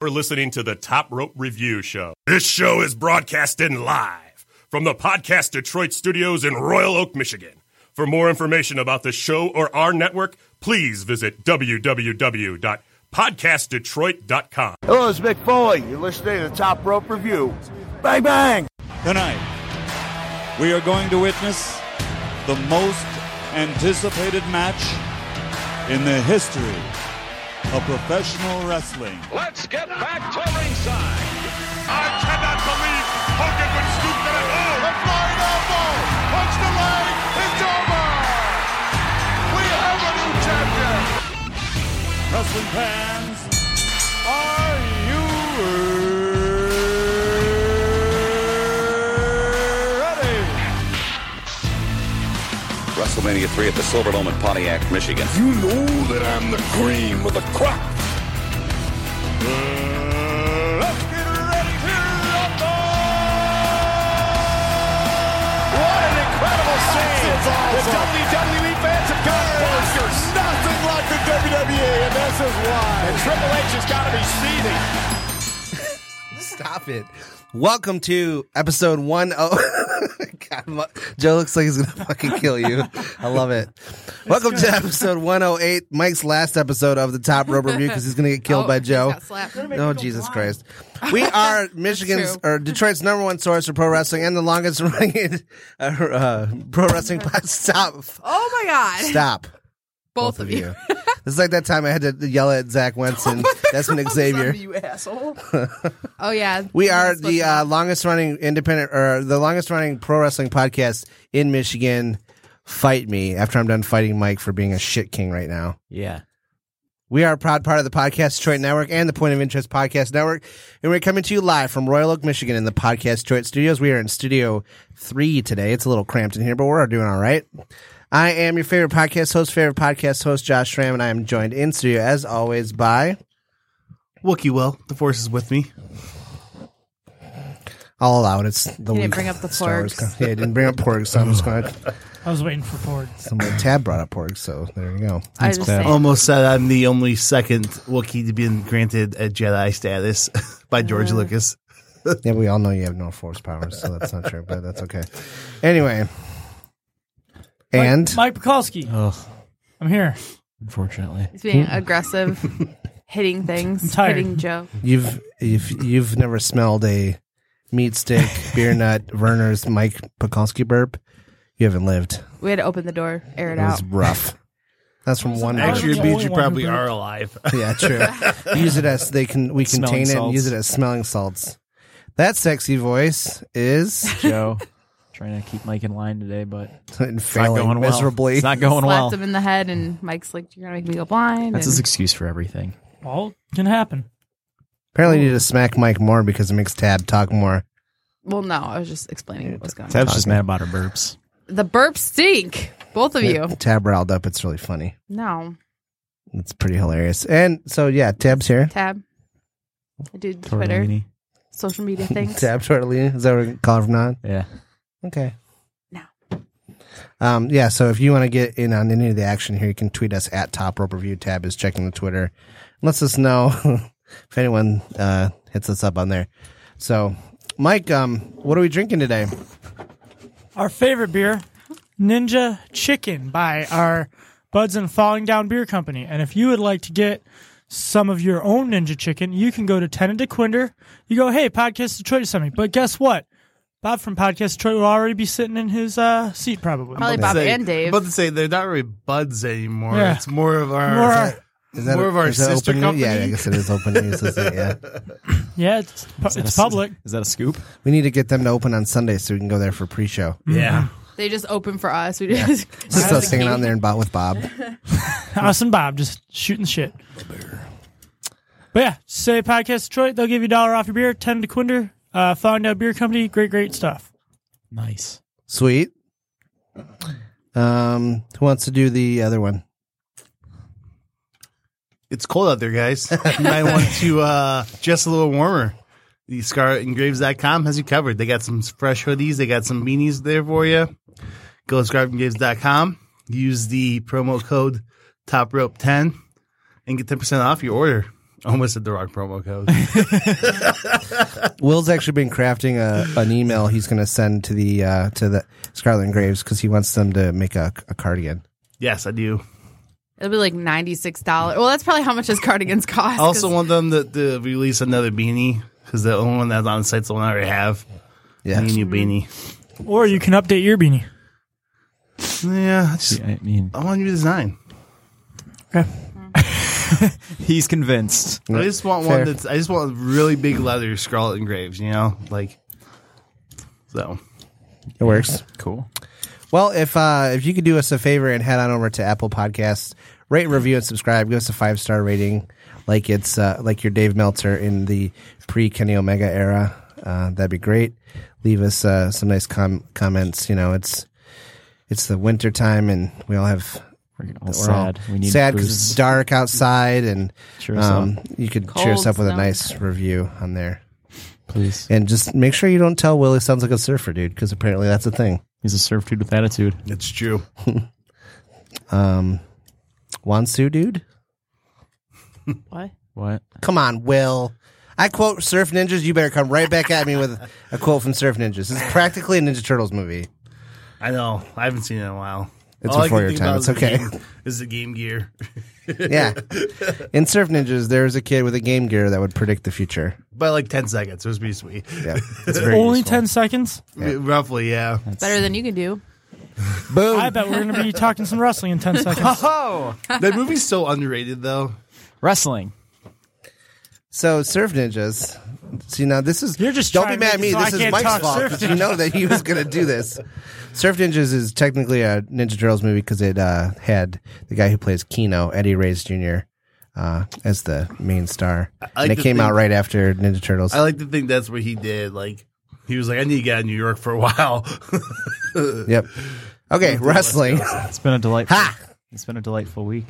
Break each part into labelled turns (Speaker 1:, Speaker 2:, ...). Speaker 1: for listening to the Top Rope Review Show. This show is broadcasted live from the Podcast Detroit studios in Royal Oak, Michigan. For more information about the show or our network, please visit www.podcastdetroit.com.
Speaker 2: Hello, it's Mick Foley. You're listening to the Top Rope Review. Bang, bang!
Speaker 3: Tonight, we are going to witness the most anticipated match in the history of professional wrestling.
Speaker 4: Let's get back to ringside.
Speaker 5: I cannot believe Hogan would stoop to that. Oh, a flying elbow. Punch the leg. It's over. We have a new champion.
Speaker 3: Wrestling fans, are you ready?
Speaker 6: WrestleMania 3 at the Silverdome in Pontiac, Michigan.
Speaker 7: You know that I'm the cream of the crop.
Speaker 5: Let's get ready to rumble. What an incredible scene. The WWE fans have got bonkers. Nothing like the WWE, and this is why. And Triple H has got to be seething.
Speaker 8: Stop it. Welcome to episode one oh God, lo- Joe looks like he's gonna fucking kill you. I love it. Welcome to episode one oh eight, Mike's last episode of the Top Rope Review because he's gonna get killed
Speaker 9: Oh,
Speaker 8: by
Speaker 9: he's
Speaker 8: Joe.
Speaker 9: got slapped.
Speaker 8: Oh Jesus Christ! We are Michigan's
Speaker 9: true.
Speaker 8: or Detroit's number one source for pro wrestling and the longest running uh, uh, pro wrestling podcast. Stop!
Speaker 9: Oh my god.
Speaker 8: Stop!
Speaker 9: Both, of you.
Speaker 8: It's like that time I had to yell at Zach Wentz and Desmond Xavier.
Speaker 9: Oh yeah.
Speaker 8: We
Speaker 9: You're
Speaker 8: are
Speaker 9: not supposed
Speaker 8: the
Speaker 9: to-
Speaker 8: uh, longest running independent or the longest running pro wrestling podcast in Michigan. Fight me after I'm done fighting Mike for being a shit king right now.
Speaker 10: Yeah.
Speaker 8: We are a proud part of the Podcast Detroit Network and the Point of Interest Podcast Network, and we're coming to you live from Royal Oak, Michigan, in the Podcast Detroit studios. We are in Studio Three today. It's a little cramped in here, but we're doing all right. I am your favorite podcast host, favorite podcast host Josh Schramm, and I am joined in studio as always by
Speaker 10: Wookie will. The force is with me.
Speaker 8: I'll allow it. It's the
Speaker 9: You
Speaker 8: week.
Speaker 9: didn't bring up the
Speaker 8: Star Wars
Speaker 9: porgs.
Speaker 8: con- Yeah, I didn't bring up porgs, so I'm just going to
Speaker 11: I was waiting for Ford.
Speaker 8: Somebody tab brought up porgs, so there you go.
Speaker 9: I was just saying.
Speaker 10: Almost said I'm the only second Wookiee to be granted a Jedi status by George Lucas.
Speaker 8: Yeah, we all know you have no force powers, so that's not true, but that's okay. Anyway, and
Speaker 11: Mike Pekulski. I'm here.
Speaker 10: Unfortunately.
Speaker 9: He's being aggressive, hitting things,
Speaker 11: tired.
Speaker 9: hitting Joe.
Speaker 8: you've if you've never smelled a meat stick, beer nut, Werner's Mike Pekulski burp, you haven't lived.
Speaker 9: We had to open the door, air it
Speaker 8: It was
Speaker 9: out.
Speaker 8: rough. That's from one.
Speaker 11: I was
Speaker 8: Actually,
Speaker 11: the only one who pooped.
Speaker 10: alive.
Speaker 8: yeah, true. Use it as they can. We contain
Speaker 10: Smelling
Speaker 8: it. and
Speaker 10: salts.
Speaker 8: Use it as smelling salts. That sexy voice is
Speaker 10: Joe, trying to keep Mike in line today, but
Speaker 8: and failing miserably.
Speaker 10: going
Speaker 9: Slapped him in the head, and Mike's like, "You're gonna make me go blind."
Speaker 10: That's
Speaker 9: and-
Speaker 10: his excuse for everything.
Speaker 11: All can happen.
Speaker 8: Apparently, you need to smack Mike more because it makes Tab talk more.
Speaker 9: well, no, I was just explaining what was going on.
Speaker 10: Tab's just mad about her burps.
Speaker 9: The burps stink. Both of you.
Speaker 8: Tab riled up. It's really funny.
Speaker 9: No,
Speaker 8: It's pretty hilarious. And so, yeah, Tab's here.
Speaker 9: tab. I do the Twitter, social media things.
Speaker 8: Tab Tortellini. Is that what we call her from now on?
Speaker 10: Yeah.
Speaker 8: Okay.
Speaker 9: No.
Speaker 8: Um, yeah, so if you want to get in on any of the action here, you can tweet us at Top Rope Review. Tab is checking the Twitter. Let's us know if anyone uh, hits us up on there. So, Mike, um, what are we drinking today?
Speaker 11: Our favorite beer, Ninja Chicken by our Buds and Falling Down Beer Company. And if you would like to get some of your own Ninja Chicken, you can go to Tenant DeQuinder. You go, hey, Podcast Detroit or something. But guess what? Bob from Podcast Detroit will already be sitting in his uh, seat probably.
Speaker 9: Probably Bob and Dave.
Speaker 10: to say they're not really buds anymore.
Speaker 11: Yeah. It's
Speaker 10: more of our
Speaker 11: More-
Speaker 8: Is that
Speaker 10: More of our
Speaker 8: is that
Speaker 10: sister
Speaker 8: open to you? Yeah, I
Speaker 10: company?
Speaker 8: guess it is open news. Is it? Yeah.
Speaker 11: yeah, it's, pu- it's public.
Speaker 10: Is that a scoop?
Speaker 8: We need to get them to open on Sunday so we can go there for pre-show.
Speaker 10: Yeah.
Speaker 9: They just open for us. We just
Speaker 8: Just us hanging out there and bot with Bob.
Speaker 11: Us and Bob just shooting shit. But yeah, say Podcast Detroit. They'll give you a dollar off your beer. Ten to Quinder. Uh, Falling Down Beer Company. Great, great stuff.
Speaker 10: Nice.
Speaker 8: Sweet. Um, who wants to do the other one?
Speaker 10: It's cold out there, guys. You might want to uh, just a little warmer. The scarletandgraves.com has you covered. They got some fresh hoodies. They got some beanies there for you. Go to scarletandgraves.com. Use the promo code top rope 10 and get 10% off your order. Almost at the rock promo code.
Speaker 8: Will's actually been crafting a, an email he's going to send to the uh, to the Scarlet and Graves because he wants them to make a, a cardigan.
Speaker 10: yes, I do.
Speaker 9: It'll be like ninety six dollars. Well, that's probably how much his cardigans
Speaker 10: I
Speaker 9: cost.
Speaker 10: also want them to, to release another beanie because the only one that's on site's the one I already have.
Speaker 8: Yeah,
Speaker 10: new beanie.
Speaker 11: Or you can update your beanie.
Speaker 10: Yeah, I, just,
Speaker 12: I mean,
Speaker 10: I want a new design.
Speaker 12: he's convinced.
Speaker 10: I just want one that's. I just want really big leather Scarlet and Graves. You know, like so.
Speaker 8: It works.
Speaker 12: Cool.
Speaker 8: Well, if uh, if you could do us a favor and head on over to Apple Podcasts, rate, review, and subscribe, give us a five star rating, like it's uh, like your Dave Meltzer in the pre Kenny Omega era. Uh, that'd be great. Leave us uh, some nice com- comments. You know, it's it's the winter time, and we all have we're
Speaker 12: all sad. We need
Speaker 8: sad 'cause
Speaker 12: booze.
Speaker 8: it's dark outside, and
Speaker 12: Cheer us
Speaker 8: um,
Speaker 12: up.
Speaker 8: you could cheer us
Speaker 12: Cold
Speaker 8: up with a
Speaker 12: snow.
Speaker 8: nice review on there.
Speaker 12: Please.
Speaker 8: And just make sure you don't tell Will he sounds like a surfer dude, because apparently that's a thing.
Speaker 12: He's a surf dude with attitude.
Speaker 10: It's true.
Speaker 8: um, Wansu dude?
Speaker 9: What?
Speaker 12: What?
Speaker 8: Come on, Will. I quote Surf Ninjas. You better come right back at me with a quote from Surf Ninjas. It's practically a Ninja Turtles movie.
Speaker 10: I know. I haven't seen it in a while.
Speaker 8: It's
Speaker 10: All I
Speaker 8: before
Speaker 10: can
Speaker 8: your
Speaker 10: think
Speaker 8: time.
Speaker 10: about
Speaker 8: It's
Speaker 10: is the
Speaker 8: okay.
Speaker 10: game- is the Game Gear?
Speaker 8: Yeah. In Surf Ninjas, there was a kid with a Game Gear that would predict the future.
Speaker 10: By like ten seconds, it was pretty sweet.
Speaker 8: Yeah,
Speaker 11: Only 10 seconds?
Speaker 10: roughly. Yeah,
Speaker 9: Better than you can do.
Speaker 8: Boom.
Speaker 11: I bet we're going to be talking some wrestling in 10 seconds.
Speaker 10: Oh, that movie's so underrated though.
Speaker 12: Wrestling.
Speaker 8: So Surf Ninjas. See now this is you're
Speaker 11: just
Speaker 8: don't be
Speaker 11: trying
Speaker 8: mad
Speaker 11: to
Speaker 8: at
Speaker 11: make
Speaker 8: me.
Speaker 11: it so
Speaker 8: This
Speaker 11: I
Speaker 8: is
Speaker 11: can't
Speaker 8: Mike's
Speaker 11: talk
Speaker 8: fault
Speaker 11: Surf
Speaker 8: because you know that he was going to do this. Surf Ninjas is technically a Ninja Turtles movie because it uh, had the guy who plays Kino, Eddie Reyes Jr. Uh, as the main star,
Speaker 10: like
Speaker 8: and it
Speaker 10: to
Speaker 8: came out
Speaker 10: think-
Speaker 8: right after Ninja Turtles.
Speaker 10: I like to think that's what he did. Like he was like, I need to get out of New York for a while.
Speaker 8: Yep. Okay, wrestling.
Speaker 12: It's been a delightful. It's been a delightful week.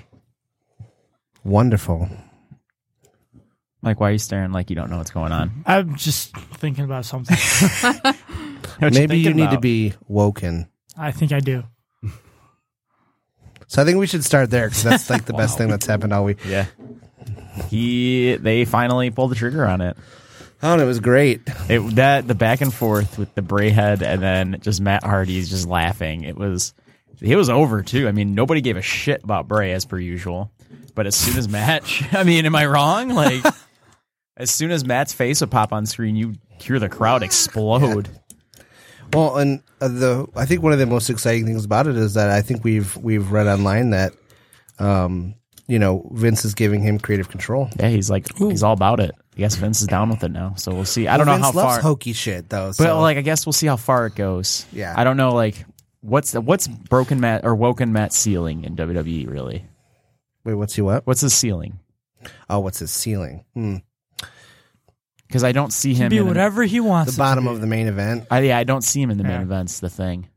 Speaker 8: Wonderful.
Speaker 12: Mike, why are you staring like you don't know what's going on?
Speaker 11: I'm just thinking about something.
Speaker 12: What
Speaker 8: Maybe you
Speaker 12: thinking
Speaker 8: need to
Speaker 12: about?
Speaker 8: be woken.
Speaker 11: I think I do.
Speaker 8: So I think we should start there because that's like the best thing that's happened all week.
Speaker 12: Yeah. He they finally pulled the trigger on it.
Speaker 8: Oh, and it was great.
Speaker 12: It that the back and forth with the Brayhead and then just Matt Hardy's just laughing. It was it was over too. I mean, nobody gave a shit about Bray as per usual. But as soon as Matt, I mean, am I wrong? Like as soon as Matt's face would pop on screen, you hear the crowd explode.
Speaker 8: Well, and uh, the I think one of the most exciting things about it is that I think we've we've read online that, um, you know, Vince is giving him creative control.
Speaker 12: Yeah, he's like he's all about it. I guess Vince is down with it now. So we'll see. I don't
Speaker 8: Well,
Speaker 12: know
Speaker 8: Vince
Speaker 12: how
Speaker 8: loves
Speaker 12: far
Speaker 8: hokey shit though.
Speaker 12: But
Speaker 8: so-
Speaker 12: like, I guess we'll see how far it goes.
Speaker 8: Yeah.
Speaker 12: I don't know. Like, what's the, what's broken Matt or woken Matt ceiling in WWE? Really,
Speaker 8: wait, what's he what?
Speaker 12: what's his ceiling?
Speaker 8: Oh, what's his ceiling? Hmm.
Speaker 12: Because I don't see
Speaker 11: He can
Speaker 12: him
Speaker 11: be
Speaker 12: in
Speaker 11: whatever he wants.
Speaker 8: The bottom of the main event.
Speaker 12: I, yeah, I don't see him in the main
Speaker 11: Yeah.
Speaker 12: events. The thing,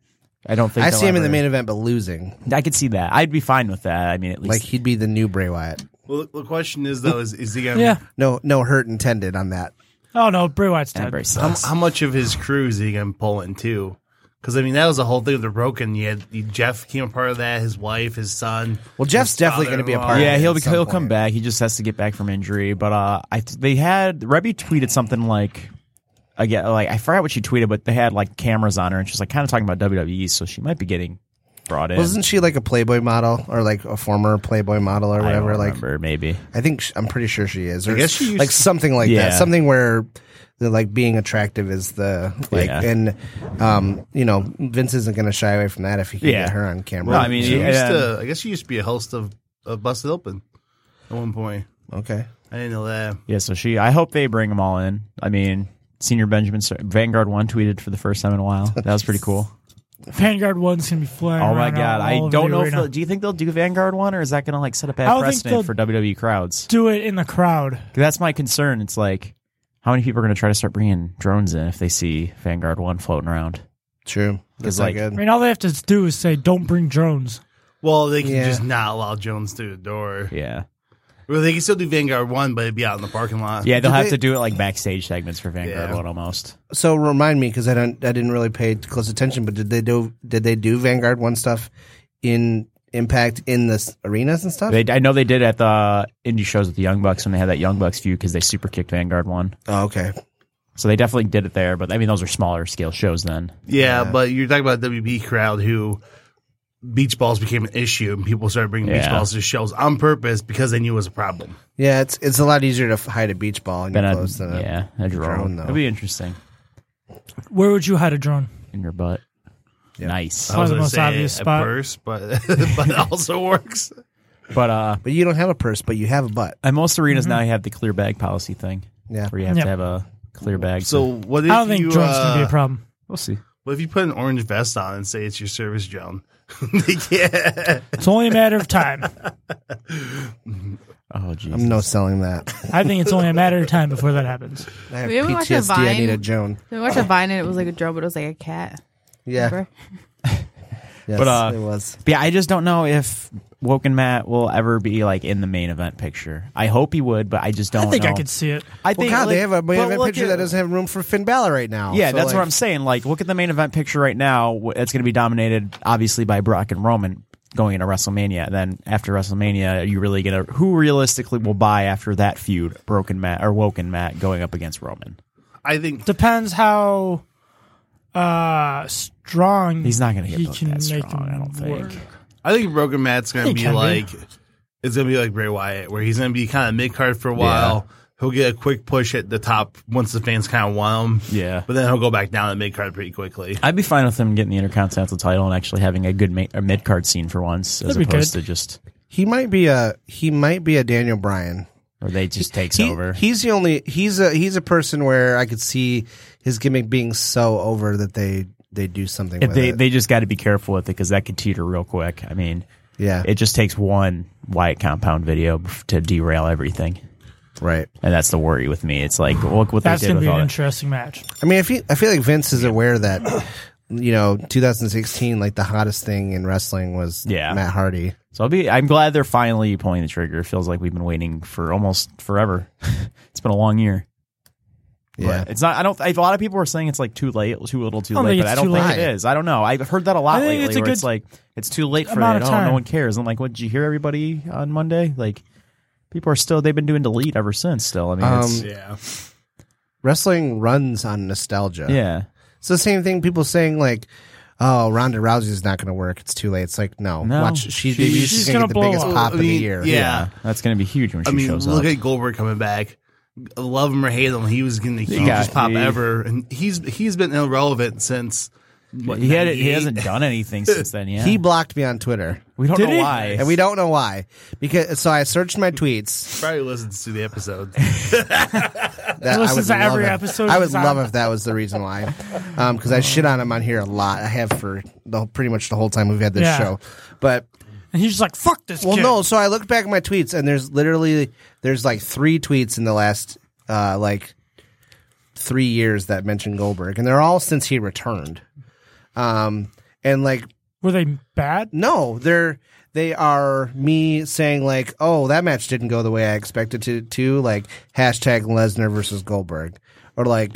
Speaker 12: I don't think
Speaker 8: I
Speaker 12: they'll
Speaker 8: see him in the
Speaker 12: ever-
Speaker 8: main event, but losing.
Speaker 12: I could see that. I'd be fine with that. I mean, at
Speaker 8: Like
Speaker 12: least
Speaker 8: he'd be the new Bray Wyatt.
Speaker 10: well, the question is though, is is he gonna?
Speaker 11: Yeah.
Speaker 8: No, no hurt intended on that.
Speaker 11: Oh, no. Bray Wyatt's dead.
Speaker 12: Embrace
Speaker 10: How,
Speaker 12: sucks.
Speaker 10: how much of his crew is he gonna pull in too? Because I mean, that was the whole thing with the broken. You had you, Jeff came a part of that. His wife, his son.
Speaker 8: Well, Jeff's
Speaker 10: his
Speaker 8: definitely gonna be a
Speaker 10: father-in-law.
Speaker 8: part of
Speaker 12: yeah,
Speaker 8: it
Speaker 12: he'll
Speaker 8: at
Speaker 12: be,
Speaker 8: some
Speaker 12: he'll come
Speaker 8: point.
Speaker 12: back. He just has to get back from injury. But uh, I they had Rebby tweeted something like again, like I forgot what she tweeted, but they had like cameras on her, and she was like kind of talking about WWE, so she might be getting brought in.
Speaker 8: Wasn't she like a Playboy model or like a former Playboy model or
Speaker 12: I
Speaker 8: whatever?
Speaker 12: don't
Speaker 8: like
Speaker 12: remember, maybe.
Speaker 8: I think sh- I'm pretty sure she is. Or
Speaker 10: guess she used
Speaker 8: like
Speaker 10: to-
Speaker 8: something like
Speaker 12: Yeah.
Speaker 8: that. Something where the like being attractive is the like
Speaker 12: Yeah.
Speaker 8: and um you know Vince isn't going to shy away from that if he can
Speaker 12: Yeah.
Speaker 8: get her on camera.
Speaker 12: No, I mean,
Speaker 10: She
Speaker 12: yeah,
Speaker 10: used
Speaker 12: yeah.
Speaker 10: to, I guess she used to be a host of, of Busted Open at one point.
Speaker 8: okay.
Speaker 10: I didn't know that.
Speaker 12: Yeah, so she. I hope they bring them all in. I mean, Senior Benjamin Star- Vanguard One tweeted for the first time in a while. That was pretty cool.
Speaker 11: Vanguard 1's going to be flying
Speaker 12: oh my
Speaker 11: around
Speaker 12: god,
Speaker 11: all
Speaker 12: I
Speaker 11: over
Speaker 12: don't
Speaker 11: the
Speaker 12: know. If
Speaker 11: arena.
Speaker 12: they'll- do you think they'll do Vanguard One, or is that going to like set a
Speaker 11: I
Speaker 12: bad
Speaker 11: don't think
Speaker 12: precedent
Speaker 11: they'll-
Speaker 12: for WWE crowds?
Speaker 11: do it in the crowd.
Speaker 12: 'Cause That's my concern. It's like, how many people are going to try to start bringing drones in if they see Vanguard One floating around?
Speaker 8: True. That's
Speaker 12: like-
Speaker 8: like
Speaker 11: I
Speaker 8: good.
Speaker 11: mean, all they have to do is say, don't bring drones.
Speaker 10: Well, they can
Speaker 8: Yeah.
Speaker 10: just not allow Jones through the door.
Speaker 12: Yeah,
Speaker 10: Well, they can still do Vanguard One, but it'd be out in the parking lot.
Speaker 12: yeah, they'll
Speaker 8: Do
Speaker 12: have
Speaker 8: they-
Speaker 12: to do it like backstage segments for Vanguard
Speaker 10: Yeah.
Speaker 12: One almost.
Speaker 8: So remind me cuz I don't I didn't really pay close attention but did they do did they do Vanguard one stuff in impact in the s- arenas and stuff?
Speaker 12: They, I know they did at the indie shows with the Young Bucks when they had that Young Bucks feud because they super kicked Vanguard one.
Speaker 8: Oh, okay.
Speaker 12: So they definitely did it there, but I mean those are smaller scale shows then.
Speaker 10: Yeah, but you're talking about WB crowd who beach balls became an issue and people started bringing beach
Speaker 12: Yeah.
Speaker 10: balls to shows on purpose because they knew it was a problem.
Speaker 8: Yeah, it's it's a lot easier to f- hide a beach ball in your
Speaker 12: Then I'd-
Speaker 8: clothes than a,
Speaker 12: yeah, a drone. It'd be interesting.
Speaker 11: Where would you hide a drone?
Speaker 12: In your butt. Nice.
Speaker 10: Oh.
Speaker 11: Probably the most obvious spot.
Speaker 10: but but it also works.
Speaker 12: But uh,
Speaker 8: but you don't have a purse, but you have a butt.
Speaker 12: And most arenas
Speaker 11: Mm-hmm.
Speaker 8: Mhm.
Speaker 12: now have the clear bag policy thing.
Speaker 8: Yeah.
Speaker 12: Where you have
Speaker 10: Yep.
Speaker 12: to have a clear bag.
Speaker 10: So what if
Speaker 11: I don't think
Speaker 10: you,
Speaker 11: drone's gonna be
Speaker 10: uh,
Speaker 11: a problem.
Speaker 12: We'll see.
Speaker 10: What if you put an orange vest on and say it's your service drone? yeah.
Speaker 11: It's only a matter of time.
Speaker 12: Oh, geez.
Speaker 8: I'm no selling that.
Speaker 11: I think it's only a matter of time before that happens.
Speaker 8: I have
Speaker 9: We ever watched a
Speaker 8: PTSD. I need
Speaker 9: Vine?
Speaker 8: a Joan.
Speaker 9: We watched a vine and it was like a drone, but it was like a cat.
Speaker 8: Yeah.
Speaker 9: Remember?
Speaker 8: Yes,
Speaker 12: but uh,
Speaker 8: it was.
Speaker 12: But yeah, I just don't know if Woken Matt will ever be like in the main event picture. I hope he would, but I just don't.
Speaker 11: I think
Speaker 12: know.
Speaker 11: I could see it.
Speaker 12: I
Speaker 8: Well,
Speaker 12: think
Speaker 8: God, they have a,
Speaker 12: but
Speaker 8: they have a
Speaker 12: look
Speaker 8: picture
Speaker 12: at-
Speaker 8: that doesn't have room for Finn Balor right now.
Speaker 12: Yeah,
Speaker 8: So,
Speaker 12: that's what
Speaker 8: like,
Speaker 12: I'm saying. Like, look at the main event picture right now. Wh- It's going to be dominated, obviously, by Brock and Roman going into WrestleMania. Then after WrestMania, are you really going to who realistically will buy after that feud? Broken Matt or Woken Matt going up against Roman?
Speaker 10: I think
Speaker 11: depends how uh strong
Speaker 12: He's not gonna get
Speaker 11: he
Speaker 12: booked
Speaker 11: can
Speaker 12: that
Speaker 11: make
Speaker 12: strong,
Speaker 11: him
Speaker 12: I don't
Speaker 11: work.
Speaker 12: think.
Speaker 10: I think Broken Matt's
Speaker 11: He
Speaker 10: gonna be
Speaker 11: can be.
Speaker 10: like it's gonna be like Bray Wyatt, where he's gonna be kind of mid card for a while. He'll get a quick push at the top once the fans kind of want him.
Speaker 12: Yeah.
Speaker 10: but then he'll go back down to mid card pretty quickly.
Speaker 12: I'd be fine with him getting the Intercontinental title and actually having a good ma- a mid card scene for once, as
Speaker 8: That'd be
Speaker 12: opposed
Speaker 8: good.
Speaker 12: to just
Speaker 8: He might be a he might be a Daniel Bryan.
Speaker 12: or they just takes
Speaker 8: He-
Speaker 12: over.
Speaker 8: He's the only he's a he's a person where I could see his gimmick being so over that they they do something
Speaker 12: If
Speaker 8: with
Speaker 12: they
Speaker 8: it.
Speaker 12: they just got to be careful with it because that could teeter real quick. I mean,
Speaker 8: Yeah.
Speaker 12: it just takes one Wyatt compound video bef- to derail everything,
Speaker 8: right?
Speaker 12: And that's the worry with me. It's like look what
Speaker 11: That's
Speaker 12: they did
Speaker 11: gonna
Speaker 12: with
Speaker 11: be
Speaker 12: all
Speaker 11: an
Speaker 12: that.
Speaker 11: interesting match.
Speaker 8: I mean, I feel I feel like Vince is aware that you know 2016 like the hottest thing in wrestling was
Speaker 12: Yeah.
Speaker 8: Matt Hardy.
Speaker 12: So I'll be. I'm glad they're finally pulling the trigger. It feels like we've been waiting for almost forever. it's been a long year.
Speaker 8: Yeah.
Speaker 12: But it's not. I don't. A lot of people are saying it's like too late, too little,
Speaker 11: I
Speaker 12: too
Speaker 11: don't
Speaker 12: late.
Speaker 11: think
Speaker 12: But I
Speaker 11: it's
Speaker 12: don't
Speaker 11: too
Speaker 12: think
Speaker 11: late.
Speaker 12: it is. I don't know. I've heard that a lot
Speaker 11: I think
Speaker 12: lately.
Speaker 11: it's a
Speaker 12: where
Speaker 11: good
Speaker 12: it's like it's too late for
Speaker 11: amount of
Speaker 12: that. Oh, no
Speaker 11: time.
Speaker 12: one cares. I'm like, what did you hear? Everybody on Monday, like people are still. They've been doing delete ever since. Still, I mean, it's,
Speaker 8: Um, Wrestling runs on nostalgia.
Speaker 12: Yeah.
Speaker 8: It's the same thing people saying like, "Oh, Ronda Rousey's not going to work. It's too late." It's like, no,
Speaker 12: No.
Speaker 8: watch she,
Speaker 12: She's-
Speaker 8: she's,
Speaker 12: she's
Speaker 8: going to get
Speaker 12: gonna
Speaker 8: the
Speaker 12: blow
Speaker 8: biggest
Speaker 12: up.
Speaker 8: pop
Speaker 10: I
Speaker 8: of the
Speaker 10: mean,
Speaker 8: year.
Speaker 10: yeah.
Speaker 12: that's gonna be huge when she
Speaker 10: I mean,
Speaker 12: shows
Speaker 10: look
Speaker 12: up.
Speaker 10: at Goldberg coming back. Love him or hate him, he was getting the
Speaker 12: He
Speaker 10: hugest
Speaker 12: got-
Speaker 10: pop
Speaker 12: he-
Speaker 10: ever, and he's he's been irrelevant since. What,
Speaker 12: he had he
Speaker 10: 98?
Speaker 12: hasn't done anything since then. Yeah,
Speaker 8: He blocked me on Twitter.
Speaker 12: We don't Did know he? why.
Speaker 8: and we don't know why. Because so I searched my tweets.
Speaker 10: Probably listens to the episode.
Speaker 8: That I would
Speaker 11: Listens to
Speaker 8: love
Speaker 11: every
Speaker 8: it.
Speaker 11: episode
Speaker 8: I would
Speaker 11: he's on.
Speaker 8: love if that was the reason why, because I shit on him on here a lot. I have for the pretty much the whole time we've had this
Speaker 11: Yeah.
Speaker 8: show. But
Speaker 11: And he's just like, fuck this
Speaker 8: well,
Speaker 11: kid.
Speaker 8: no. So I looked back at my tweets, and there's literally there's like three tweets in the last uh, like three years that mention Goldberg, and they're all since he returned. Um, and like
Speaker 11: Were they bad?
Speaker 8: No, they're they are me saying like, "Oh, that match didn't go the way I expected to." To like hashtag Lesnar versus Goldberg, or like.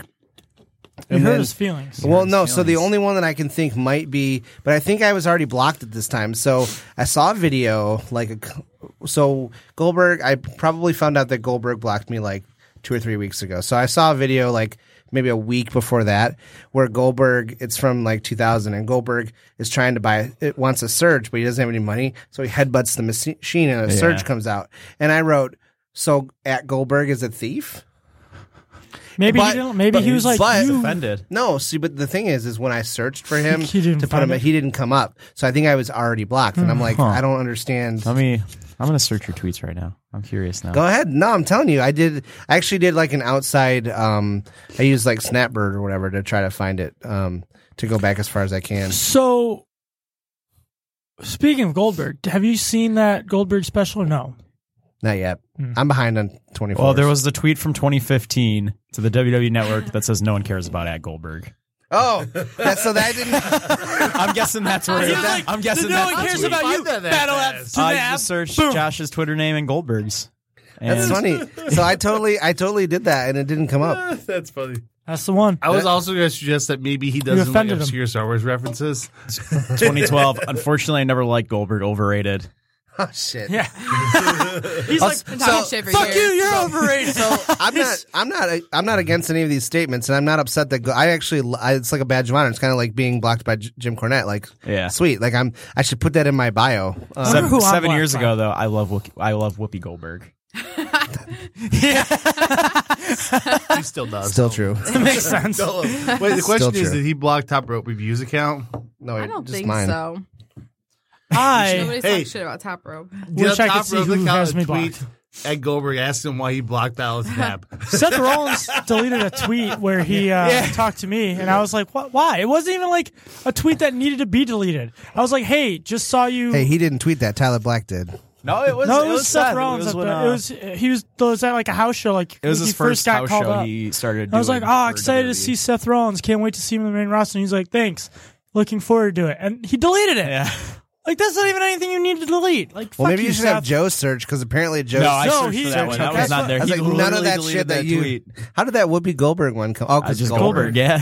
Speaker 11: You
Speaker 8: and
Speaker 11: hurt
Speaker 8: then-
Speaker 11: his feelings.
Speaker 8: Well, no. So the only one that I can think might be, but I think I was already blocked at this time. So I saw a video like, a, c- so Goldberg. I probably found out that Goldberg blocked me like two or three weeks ago. So I saw a video like maybe a week before that where Goldberg. It's from like 2000, and Goldberg is trying to buy. It wants a surge, but he doesn't have any money, so he headbutts the machi- machine, and a
Speaker 12: Yeah.
Speaker 8: surge comes out. And I wrote, "So at Goldberg is a thief."
Speaker 11: Maybe
Speaker 8: But-
Speaker 11: he didn't, maybe he
Speaker 8: but-
Speaker 11: was like
Speaker 8: but-
Speaker 11: you.
Speaker 8: No, see, but the thing is, is when I searched for him
Speaker 11: He didn't
Speaker 8: to put
Speaker 11: find
Speaker 8: him,
Speaker 11: it?
Speaker 8: he didn't come up. So I think I was already blocked, and I'm like,
Speaker 12: Hmm. Huh.
Speaker 8: I don't understand.
Speaker 12: Let me. I'm gonna search your tweets right now. I'm curious now.
Speaker 8: Go ahead. No, I'm telling you, I did. I actually did like an outside. Um, I used like Snapbird or whatever to try to find it. Um, to go back as far as I can.
Speaker 11: So speaking of Goldberg, have you seen that Goldberg special? No.
Speaker 8: Not yet. I'm behind on 24.
Speaker 12: Hmm. Well, there was the tweet from 2015 to the WWE Network that says no one cares about at Goldberg.
Speaker 8: Oh, that's so that I didn't.
Speaker 12: I'm guessing that's where.
Speaker 11: He
Speaker 12: it-
Speaker 11: was like,
Speaker 12: I'm guessing
Speaker 11: "No
Speaker 12: that's
Speaker 11: one
Speaker 12: the
Speaker 11: cares
Speaker 12: tweet.
Speaker 11: about you, battle at
Speaker 12: I
Speaker 11: Snap."
Speaker 12: just searched
Speaker 11: Boom.
Speaker 12: Josh's Twitter name and Goldberg's. And
Speaker 8: That's funny. So I totally, I totally did that, and it didn't come up.
Speaker 10: That's funny.
Speaker 11: That's the one.
Speaker 10: I was also going to suggest that maybe he doesn't like
Speaker 11: offended him.
Speaker 10: obscure Star Wars references.
Speaker 12: 2012. Unfortunately, I never liked Goldberg. Overrated.
Speaker 8: Oh shit!
Speaker 11: Yeah,
Speaker 13: He's like, talking shit for
Speaker 11: fuck
Speaker 13: years.
Speaker 11: you, you're overrated.
Speaker 8: So I'm not. I'm not. I'm not against any of these statements, and I'm not upset that go- I actually. I, it's like a badge of honor. It's kind of like being blocked by J- Jim Cornette. Like,
Speaker 12: Yeah.
Speaker 8: sweet. Like I'm. I should put that in my bio. Uh,
Speaker 12: seven seven years ago, though, I love Wookie, I love Whoopi Goldberg.
Speaker 10: he still does.
Speaker 8: Still true.
Speaker 11: That makes sense.
Speaker 10: Still- Wait, the question
Speaker 8: Still
Speaker 10: is,
Speaker 8: true.
Speaker 10: did he block Top Rope Reviews account?
Speaker 8: No,
Speaker 13: I
Speaker 8: wait,
Speaker 13: don't
Speaker 8: just
Speaker 13: think
Speaker 8: mine.
Speaker 13: so.
Speaker 11: I
Speaker 13: Nobody's
Speaker 10: Hey.
Speaker 13: talking shit about Top Rope.
Speaker 10: Did
Speaker 11: wish I
Speaker 10: Top
Speaker 11: could see
Speaker 10: Rope
Speaker 11: who
Speaker 10: account
Speaker 11: has me
Speaker 10: tweet
Speaker 11: blocked.
Speaker 10: Ed Goldberg asked him why he blocked Alice Knapp.
Speaker 11: Seth Rollins deleted a tweet where he uh, talked to me, and I was like, "What? Why?" It wasn't even like a tweet that needed to be deleted. I was like, "Hey, just saw you."
Speaker 8: Hey, he didn't tweet that. Tyler Black did.
Speaker 12: No, it was
Speaker 11: no, it was, Seth Rollins.
Speaker 12: It was,
Speaker 11: up
Speaker 12: when,
Speaker 11: there.
Speaker 12: uh,
Speaker 11: it was he was it was at like a house show. Like
Speaker 12: it was
Speaker 11: when
Speaker 12: his
Speaker 11: he
Speaker 12: first,
Speaker 11: got
Speaker 12: house
Speaker 11: called
Speaker 12: show.
Speaker 11: up.
Speaker 12: He started.
Speaker 11: I was
Speaker 12: doing
Speaker 11: like, "Oh,
Speaker 12: for E.
Speaker 11: excited
Speaker 12: WWE.
Speaker 11: to see Seth Rollins. Can't wait to see him in the main roster." And he's like, "Thanks, looking forward to it." And he deleted it.
Speaker 12: Yeah.
Speaker 11: Like that's not even anything you need to delete. Like,
Speaker 8: Well,
Speaker 11: fuck
Speaker 8: maybe you should
Speaker 11: Seth.
Speaker 8: have Joe search because apparently Joe.
Speaker 12: No, I
Speaker 11: No,
Speaker 12: searched
Speaker 11: he-
Speaker 12: for that one. That was not there.
Speaker 8: I was
Speaker 12: He
Speaker 8: like, none of
Speaker 12: literally
Speaker 8: that
Speaker 12: deleted
Speaker 8: shit that, you.
Speaker 12: tweet.
Speaker 8: How did that Whoopi Goldberg one come? Oh,
Speaker 12: I
Speaker 8: because
Speaker 12: just Goldberg. Yeah.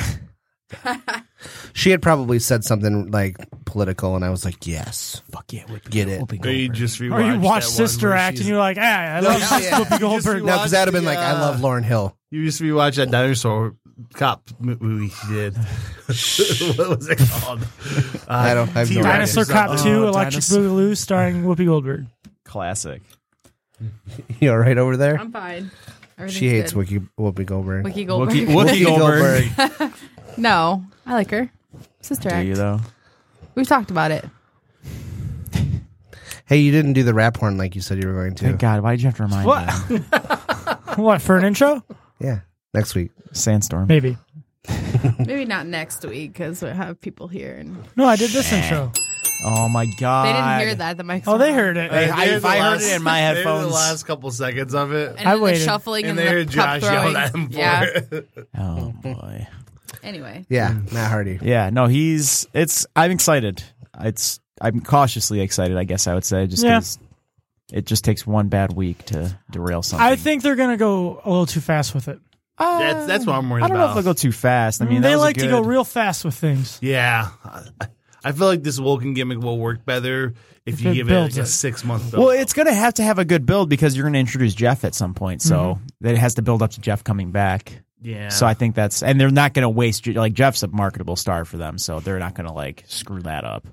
Speaker 8: She had probably said something like political, and I was like, yes,
Speaker 12: Fuck yeah, Whoopi,
Speaker 8: Get it.
Speaker 12: Whoopi
Speaker 10: Or you
Speaker 12: Goldberg.
Speaker 10: just
Speaker 11: Or
Speaker 10: rewatched
Speaker 11: you watch
Speaker 10: that
Speaker 11: Sister
Speaker 10: one where
Speaker 11: Act
Speaker 10: she's-
Speaker 11: and you're like, "Ah, I love
Speaker 8: hell yeah.
Speaker 11: Whoopi Goldberg."
Speaker 8: no, because that'd have been like, I
Speaker 10: Uh,
Speaker 8: love Lauren Hill.
Speaker 10: You used to rewatch that dinosaur cop mo- movie he did. what was it called? Uh,
Speaker 8: I don't- I have no idea.
Speaker 11: Dinosaur Cop 2,
Speaker 12: Oh,
Speaker 11: Electric
Speaker 12: Dinosaur-
Speaker 11: Boogaloo, starring Whoopi Goldberg.
Speaker 12: Classic.
Speaker 8: You all right over there?
Speaker 13: I'm fine. Everything's
Speaker 8: She hates
Speaker 13: good.
Speaker 8: Wiki, Whoopi Goldberg.
Speaker 13: Wiki Goldberg.
Speaker 12: Wookie, Wookie Goldberg.
Speaker 13: No, I like her. Sister
Speaker 12: Do you
Speaker 13: Act.
Speaker 12: though?
Speaker 13: We've talked about it.
Speaker 8: Hey, you didn't do the rap horn like you said you were going to.
Speaker 12: Thank God. Why'd you have to remind
Speaker 11: What?
Speaker 12: me?
Speaker 11: What, for an intro?
Speaker 8: Yeah, next week.
Speaker 12: Sandstorm.
Speaker 11: Maybe.
Speaker 13: Maybe not next week because we have people here and
Speaker 11: No, I did this intro.
Speaker 12: Oh my God.
Speaker 13: they didn't hear that. The mic's
Speaker 11: Oh, they
Speaker 13: on.
Speaker 11: heard it.
Speaker 10: Hey,
Speaker 12: I-
Speaker 10: they're
Speaker 12: if
Speaker 10: the
Speaker 12: I heard
Speaker 10: last-
Speaker 12: it in my
Speaker 10: they're
Speaker 12: headphones-
Speaker 10: the last couple seconds of it.
Speaker 13: And
Speaker 11: I
Speaker 13: then the
Speaker 11: waited.
Speaker 13: shuffling and,
Speaker 10: and they
Speaker 13: the
Speaker 10: heard
Speaker 13: cup
Speaker 10: Josh
Speaker 13: throwing.
Speaker 10: yell at him for
Speaker 13: yeah.
Speaker 10: it.
Speaker 12: Oh boy.
Speaker 13: Anyway,
Speaker 8: Yeah,
Speaker 12: Mm.
Speaker 8: Matt Hardy.
Speaker 12: Yeah. No, he's. It's. I'm excited. It's. I'm cautiously excited. I guess I would say just
Speaker 11: Yeah.
Speaker 12: 'cause it just takes one bad week to derail something. Uh,
Speaker 11: I think they're going to go a little too fast with it.
Speaker 10: That's that's what I'm worried
Speaker 12: I don't know if
Speaker 10: about.
Speaker 12: they'll go too fast. I mean, that
Speaker 11: they
Speaker 12: was a
Speaker 11: like to
Speaker 12: good-
Speaker 11: go real fast with things.
Speaker 10: yeah, I- I feel like this Woken gimmick will work better if,
Speaker 11: If
Speaker 10: you
Speaker 11: it
Speaker 10: give it like
Speaker 11: builds
Speaker 10: a
Speaker 11: it.
Speaker 10: six month.
Speaker 12: Well, it's going to have to have a good build because you're going to introduce Jeff at some point. So
Speaker 11: Mm-hmm.
Speaker 12: it has to build up to Jeff coming back.
Speaker 10: yeah.
Speaker 12: So I think that's, and they're not going to waste, Je- like, Jeff's a marketable star for them. So they're not going to, like, screw that up.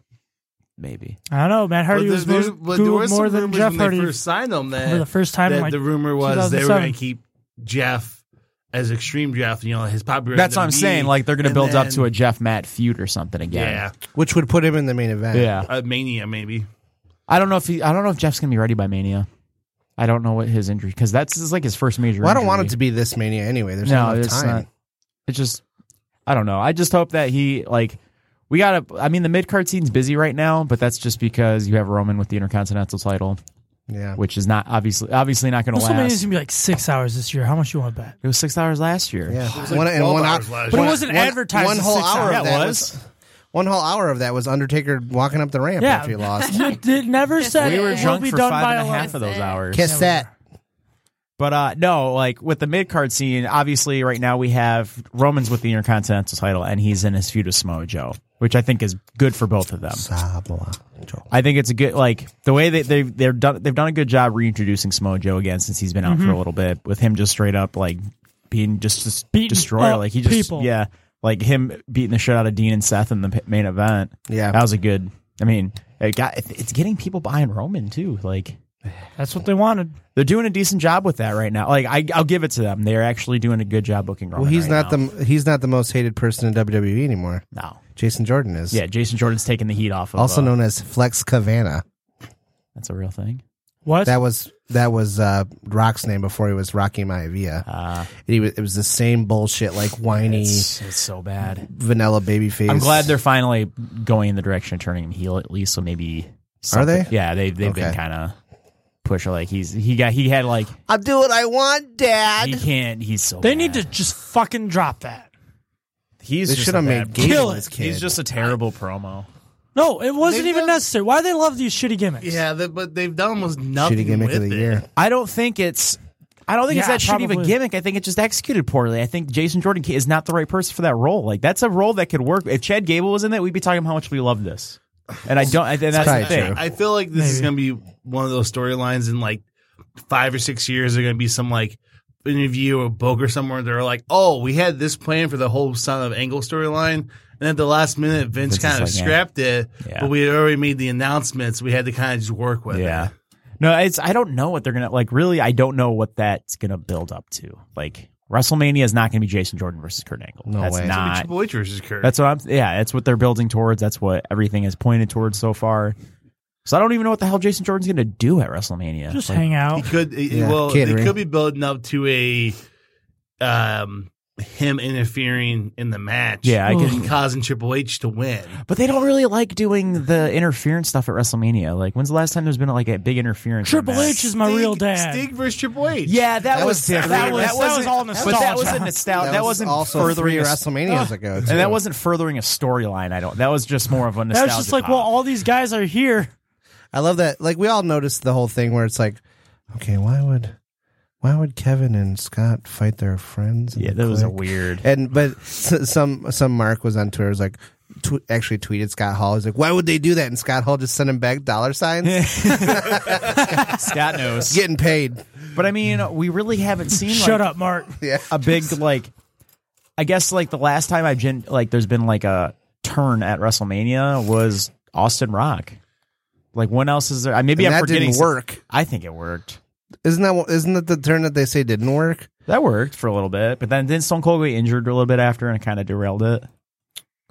Speaker 12: Maybe.
Speaker 11: I don't know. Matt Hardy
Speaker 10: But
Speaker 11: was
Speaker 10: there-
Speaker 11: more,
Speaker 10: there- but there were
Speaker 11: Googled
Speaker 10: some
Speaker 11: more than
Speaker 10: rumors
Speaker 11: Jeff
Speaker 10: when
Speaker 11: Hardy
Speaker 10: They first signed him that
Speaker 11: for the first time. in,
Speaker 10: that
Speaker 11: like,
Speaker 10: the rumor was they were
Speaker 11: 2007.
Speaker 10: going to keep Jeff as extreme Jeff. You know his popularity.
Speaker 12: That's what I'm saying. Like, they're going to
Speaker 10: and
Speaker 12: build up
Speaker 10: then-
Speaker 12: to a Jeff Matt feud or something again.
Speaker 10: yeah,
Speaker 8: Which would put him in the main event.
Speaker 12: Yeah.
Speaker 10: a mania maybe.
Speaker 12: I don't know if he, I don't know if Jeff's going to be ready by Mania. I don't know what his injury, because that's this is like his first major
Speaker 8: Well, I don't want
Speaker 12: injury.
Speaker 8: it to be this mania anyway. There's
Speaker 12: No,
Speaker 8: not enough
Speaker 12: it's
Speaker 8: time.
Speaker 12: not. It's just I don't know. I just hope that he like we gotta I mean the mid card scene's busy right now, but that's just because you have Roman with the Intercontinental title,
Speaker 8: Yeah.
Speaker 12: which is not obviously obviously not gonna
Speaker 11: WrestleMania is
Speaker 12: last.
Speaker 11: going to be like six hours this year. How much you want to bet?
Speaker 12: It was six hours last year.
Speaker 8: Yeah.
Speaker 10: like
Speaker 8: one, and
Speaker 10: 12
Speaker 8: one
Speaker 10: hours
Speaker 8: hour-
Speaker 10: last
Speaker 11: But it
Speaker 10: year.
Speaker 11: wasn't advertised.
Speaker 8: One
Speaker 11: as
Speaker 8: whole
Speaker 11: six
Speaker 8: hour
Speaker 11: hours.
Speaker 12: Yeah,
Speaker 8: of
Speaker 12: it
Speaker 8: that
Speaker 12: was.
Speaker 8: was. One whole hour of that was Undertaker walking up the ramp
Speaker 11: Yeah.
Speaker 8: after he lost.
Speaker 11: It- it never said
Speaker 12: We were
Speaker 11: it
Speaker 12: drunk
Speaker 11: will be
Speaker 12: for
Speaker 11: done
Speaker 12: five
Speaker 11: by
Speaker 12: and a
Speaker 11: 11.
Speaker 12: half of those
Speaker 13: That's it.
Speaker 12: hours.
Speaker 8: Kiss that.
Speaker 12: But uh no, like with the mid card scene, obviously right now we have Roman's with the Intercontinental title and he's in his feud with Samoa Joe, which I think is good for both of them. I think it's a good like the way that they've they've done they've done a good job reintroducing Samoa Joe again since he's been out
Speaker 11: Mm-hmm.
Speaker 12: for a little bit with him just straight up like being just just
Speaker 11: Beating
Speaker 12: destroyer
Speaker 11: up
Speaker 12: like he just
Speaker 11: people.
Speaker 12: yeah like him beating the shit out of Dean and Seth in the p- main event
Speaker 8: Yeah.
Speaker 12: that was a good I mean it got it's getting people buying Roman too like
Speaker 11: That's what they wanted.
Speaker 12: they're doing a decent job with that right now like I I'll give it to them they're actually doing a good job booking Roman
Speaker 8: Well, he's
Speaker 12: right
Speaker 8: not
Speaker 12: now.
Speaker 8: the he's not the most hated person in WWE anymore.
Speaker 12: no
Speaker 8: Jason Jordan is.
Speaker 12: yeah Jason Jordan's taking the heat off of
Speaker 8: Also
Speaker 12: uh,
Speaker 8: known as Flex Cavana.
Speaker 12: that's a real thing
Speaker 11: What?
Speaker 8: That was that was uh, Rock's name before he was Rocky Maivia.
Speaker 12: uh
Speaker 8: He was, it was the same bullshit, like whiny
Speaker 12: it's, it's so bad
Speaker 8: vanilla babyface.
Speaker 12: I'm glad they're finally going in the direction of turning him heel at least. So maybe something-
Speaker 8: they?
Speaker 12: Yeah, they they've been
Speaker 8: Okay.
Speaker 12: kind of push like he's he got he had like
Speaker 8: I'll do what I want, Dad.
Speaker 12: he can't. He's so
Speaker 11: They need to
Speaker 12: bad.
Speaker 11: just fucking drop that.
Speaker 12: He's
Speaker 8: They
Speaker 12: just
Speaker 8: should
Speaker 12: a
Speaker 8: have
Speaker 12: bad-
Speaker 8: made Gable
Speaker 11: Kill
Speaker 8: his
Speaker 11: it.
Speaker 8: kid.
Speaker 12: He's just a terrible promo.
Speaker 11: No, it wasn't
Speaker 10: They've
Speaker 11: even
Speaker 10: done-
Speaker 11: necessary. Why do they love these shitty gimmicks?
Speaker 10: Yeah, the, but they've done almost nothing
Speaker 8: shitty gimmick of
Speaker 10: with
Speaker 8: the
Speaker 10: it.
Speaker 8: year.
Speaker 12: I don't think it's. I don't think it's
Speaker 11: Yeah,
Speaker 12: that shitty of a
Speaker 11: probably.
Speaker 12: gimmick. I think it's just executed poorly. I think Jason Jordan is not the right person for that role. Like that's a role that could work. If Chad Gable was in that, we'd be talking about how much we love this. And I don't. I, and that's the thing.
Speaker 10: I feel like this is going to be one of those storylines in like five or six years. There's going to be some like interview or book or somewhere. They're like, oh, we had this plan for the whole Son of Angle storyline. And at the last minute, Vince,
Speaker 12: Vince is
Speaker 10: kind of
Speaker 12: like, "Yeah."
Speaker 10: scrapped it,
Speaker 12: Yeah.
Speaker 10: but we had already made the announcements. We had to kind of just work with
Speaker 12: Yeah.
Speaker 10: it.
Speaker 12: No, it's I don't know what they're gonna like. Really, I don't know what that's gonna build up to. Like WrestleMania is not gonna be Jason Jordan versus Kurt Angle.
Speaker 10: No
Speaker 12: that's
Speaker 10: way. It's gonna be
Speaker 12: not
Speaker 10: Triple H versus Kurt.
Speaker 12: That's what I'm. Yeah, that's what they're building towards. That's what everything is pointed towards so far. So I don't even know what the hell Jason Jordan's gonna do at WrestleMania. Like,
Speaker 10: He could he-
Speaker 12: Yeah,
Speaker 10: well,
Speaker 12: catering.
Speaker 10: it could be building up to a um him interfering in the match.
Speaker 12: Yeah, I
Speaker 10: and
Speaker 12: can-
Speaker 10: causing Triple H to win.
Speaker 12: But they don't really like doing the interference stuff at WrestleMania. Like, when's the last time there's been like a big interference? in
Speaker 11: Triple
Speaker 12: that?
Speaker 11: H is my real dad.
Speaker 10: Stig versus Triple H.
Speaker 12: Yeah, that,
Speaker 11: That
Speaker 12: was,
Speaker 11: was
Speaker 12: different.
Speaker 11: different.
Speaker 12: That was,
Speaker 11: That was all
Speaker 12: But that
Speaker 11: nostalgia.
Speaker 12: was a nostalgia. That,
Speaker 11: That was
Speaker 12: wasn't
Speaker 11: also
Speaker 12: furthering
Speaker 11: three
Speaker 12: a-
Speaker 11: WrestleManias ago,
Speaker 12: and
Speaker 11: too.
Speaker 12: that wasn't furthering a storyline. I don't. That was just more of a
Speaker 11: That
Speaker 12: nostalgia.
Speaker 11: was just like,
Speaker 12: pop.
Speaker 11: well, all these guys are here.
Speaker 8: I love that. Like we all noticed the whole thing where it's like, okay, why would, why would Kevin and Scott fight their friends? Yeah,
Speaker 12: that was a weird.
Speaker 8: And but s- some some Mark was on Twitter was like. Tw- actually tweeted Scott Hall. He's like, "Why would they do that?" And Scott Hall just sent him back dollar signs.
Speaker 12: Scott knows
Speaker 8: getting paid.
Speaker 12: But I mean, we really haven't seen.
Speaker 11: Shut
Speaker 12: like,
Speaker 11: up, Mark.
Speaker 8: Uh,
Speaker 12: A big like, I guess like the last time I've been like, there's been like a turn at WrestleMania was Austin Rock. Like, when else is there? I Maybe
Speaker 8: And
Speaker 12: I'm
Speaker 8: that
Speaker 12: forgetting.
Speaker 8: didn't
Speaker 12: some-
Speaker 8: work.
Speaker 12: I think it worked.
Speaker 8: Isn't that what- isn't that the turn that they say didn't work?
Speaker 12: That worked for a little bit, but then didn't Stone Cold get injured a little bit after and kind of derailed it?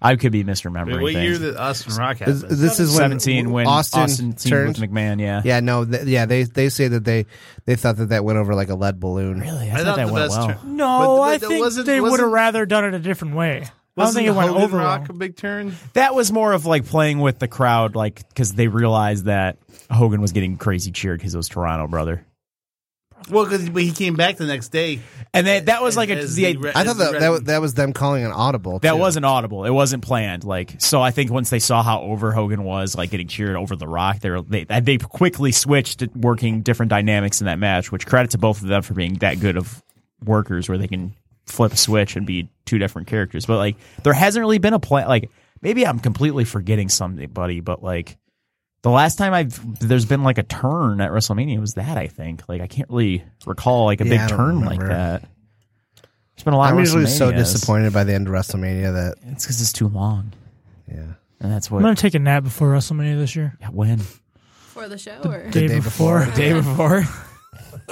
Speaker 12: I could be misremembering.
Speaker 10: Wait, what
Speaker 12: things.
Speaker 10: year did Austin Rock
Speaker 8: Is-
Speaker 10: happen?
Speaker 8: this is when
Speaker 12: seventeen when Austin,
Speaker 8: Austin
Speaker 12: teamed with
Speaker 8: turned-
Speaker 12: McMahon. Yeah,
Speaker 8: Yeah, no, th- yeah. They they say that they they thought that that went over like a lead balloon. Really,
Speaker 12: I I thought thought that the went best well. turn-
Speaker 11: No,
Speaker 12: But-
Speaker 11: I
Speaker 12: but
Speaker 11: think
Speaker 12: wasn't-
Speaker 11: they would have
Speaker 12: wasn't-
Speaker 11: rather done it a different way. I don't think it went
Speaker 10: Hogan
Speaker 11: over.
Speaker 10: Rock
Speaker 11: well.
Speaker 10: a big turn?
Speaker 12: That was more of like playing with the crowd, like because they realized that Hogan was getting crazy cheered because it was Toronto, brother.
Speaker 10: Well, because he came back the next day,
Speaker 12: and that that was like a.
Speaker 8: I thought that that, wa- that was them calling an audible.
Speaker 12: That
Speaker 8: too.
Speaker 12: wasn't audible. It wasn't planned. Like so, I think once they saw how over Hogan was, like getting cheered over The Rock, they were, they they quickly switched to working different dynamics in that match. Which credit to both of them for being that good of workers, where they can flip a switch and be two different characters. But like, there hasn't really been a plan. Like maybe I'm completely forgetting somebody, but like the last time I've there's been like a turn at WrestleMania was that I think. Like I can't really recall like a
Speaker 8: Yeah, I
Speaker 12: big
Speaker 8: don't
Speaker 12: turn like
Speaker 8: remember.
Speaker 12: that. There's been a lot.
Speaker 8: I'm
Speaker 12: of
Speaker 8: usually so
Speaker 12: WrestleManias.
Speaker 8: disappointed by the end of WrestleMania that
Speaker 12: it's because it's too long.
Speaker 8: Yeah,
Speaker 12: and that's
Speaker 11: I'm
Speaker 12: what
Speaker 11: gonna take a nap before WrestleMania this year.
Speaker 12: when
Speaker 13: for the show. Or?
Speaker 11: day The day before. before.
Speaker 12: The day before.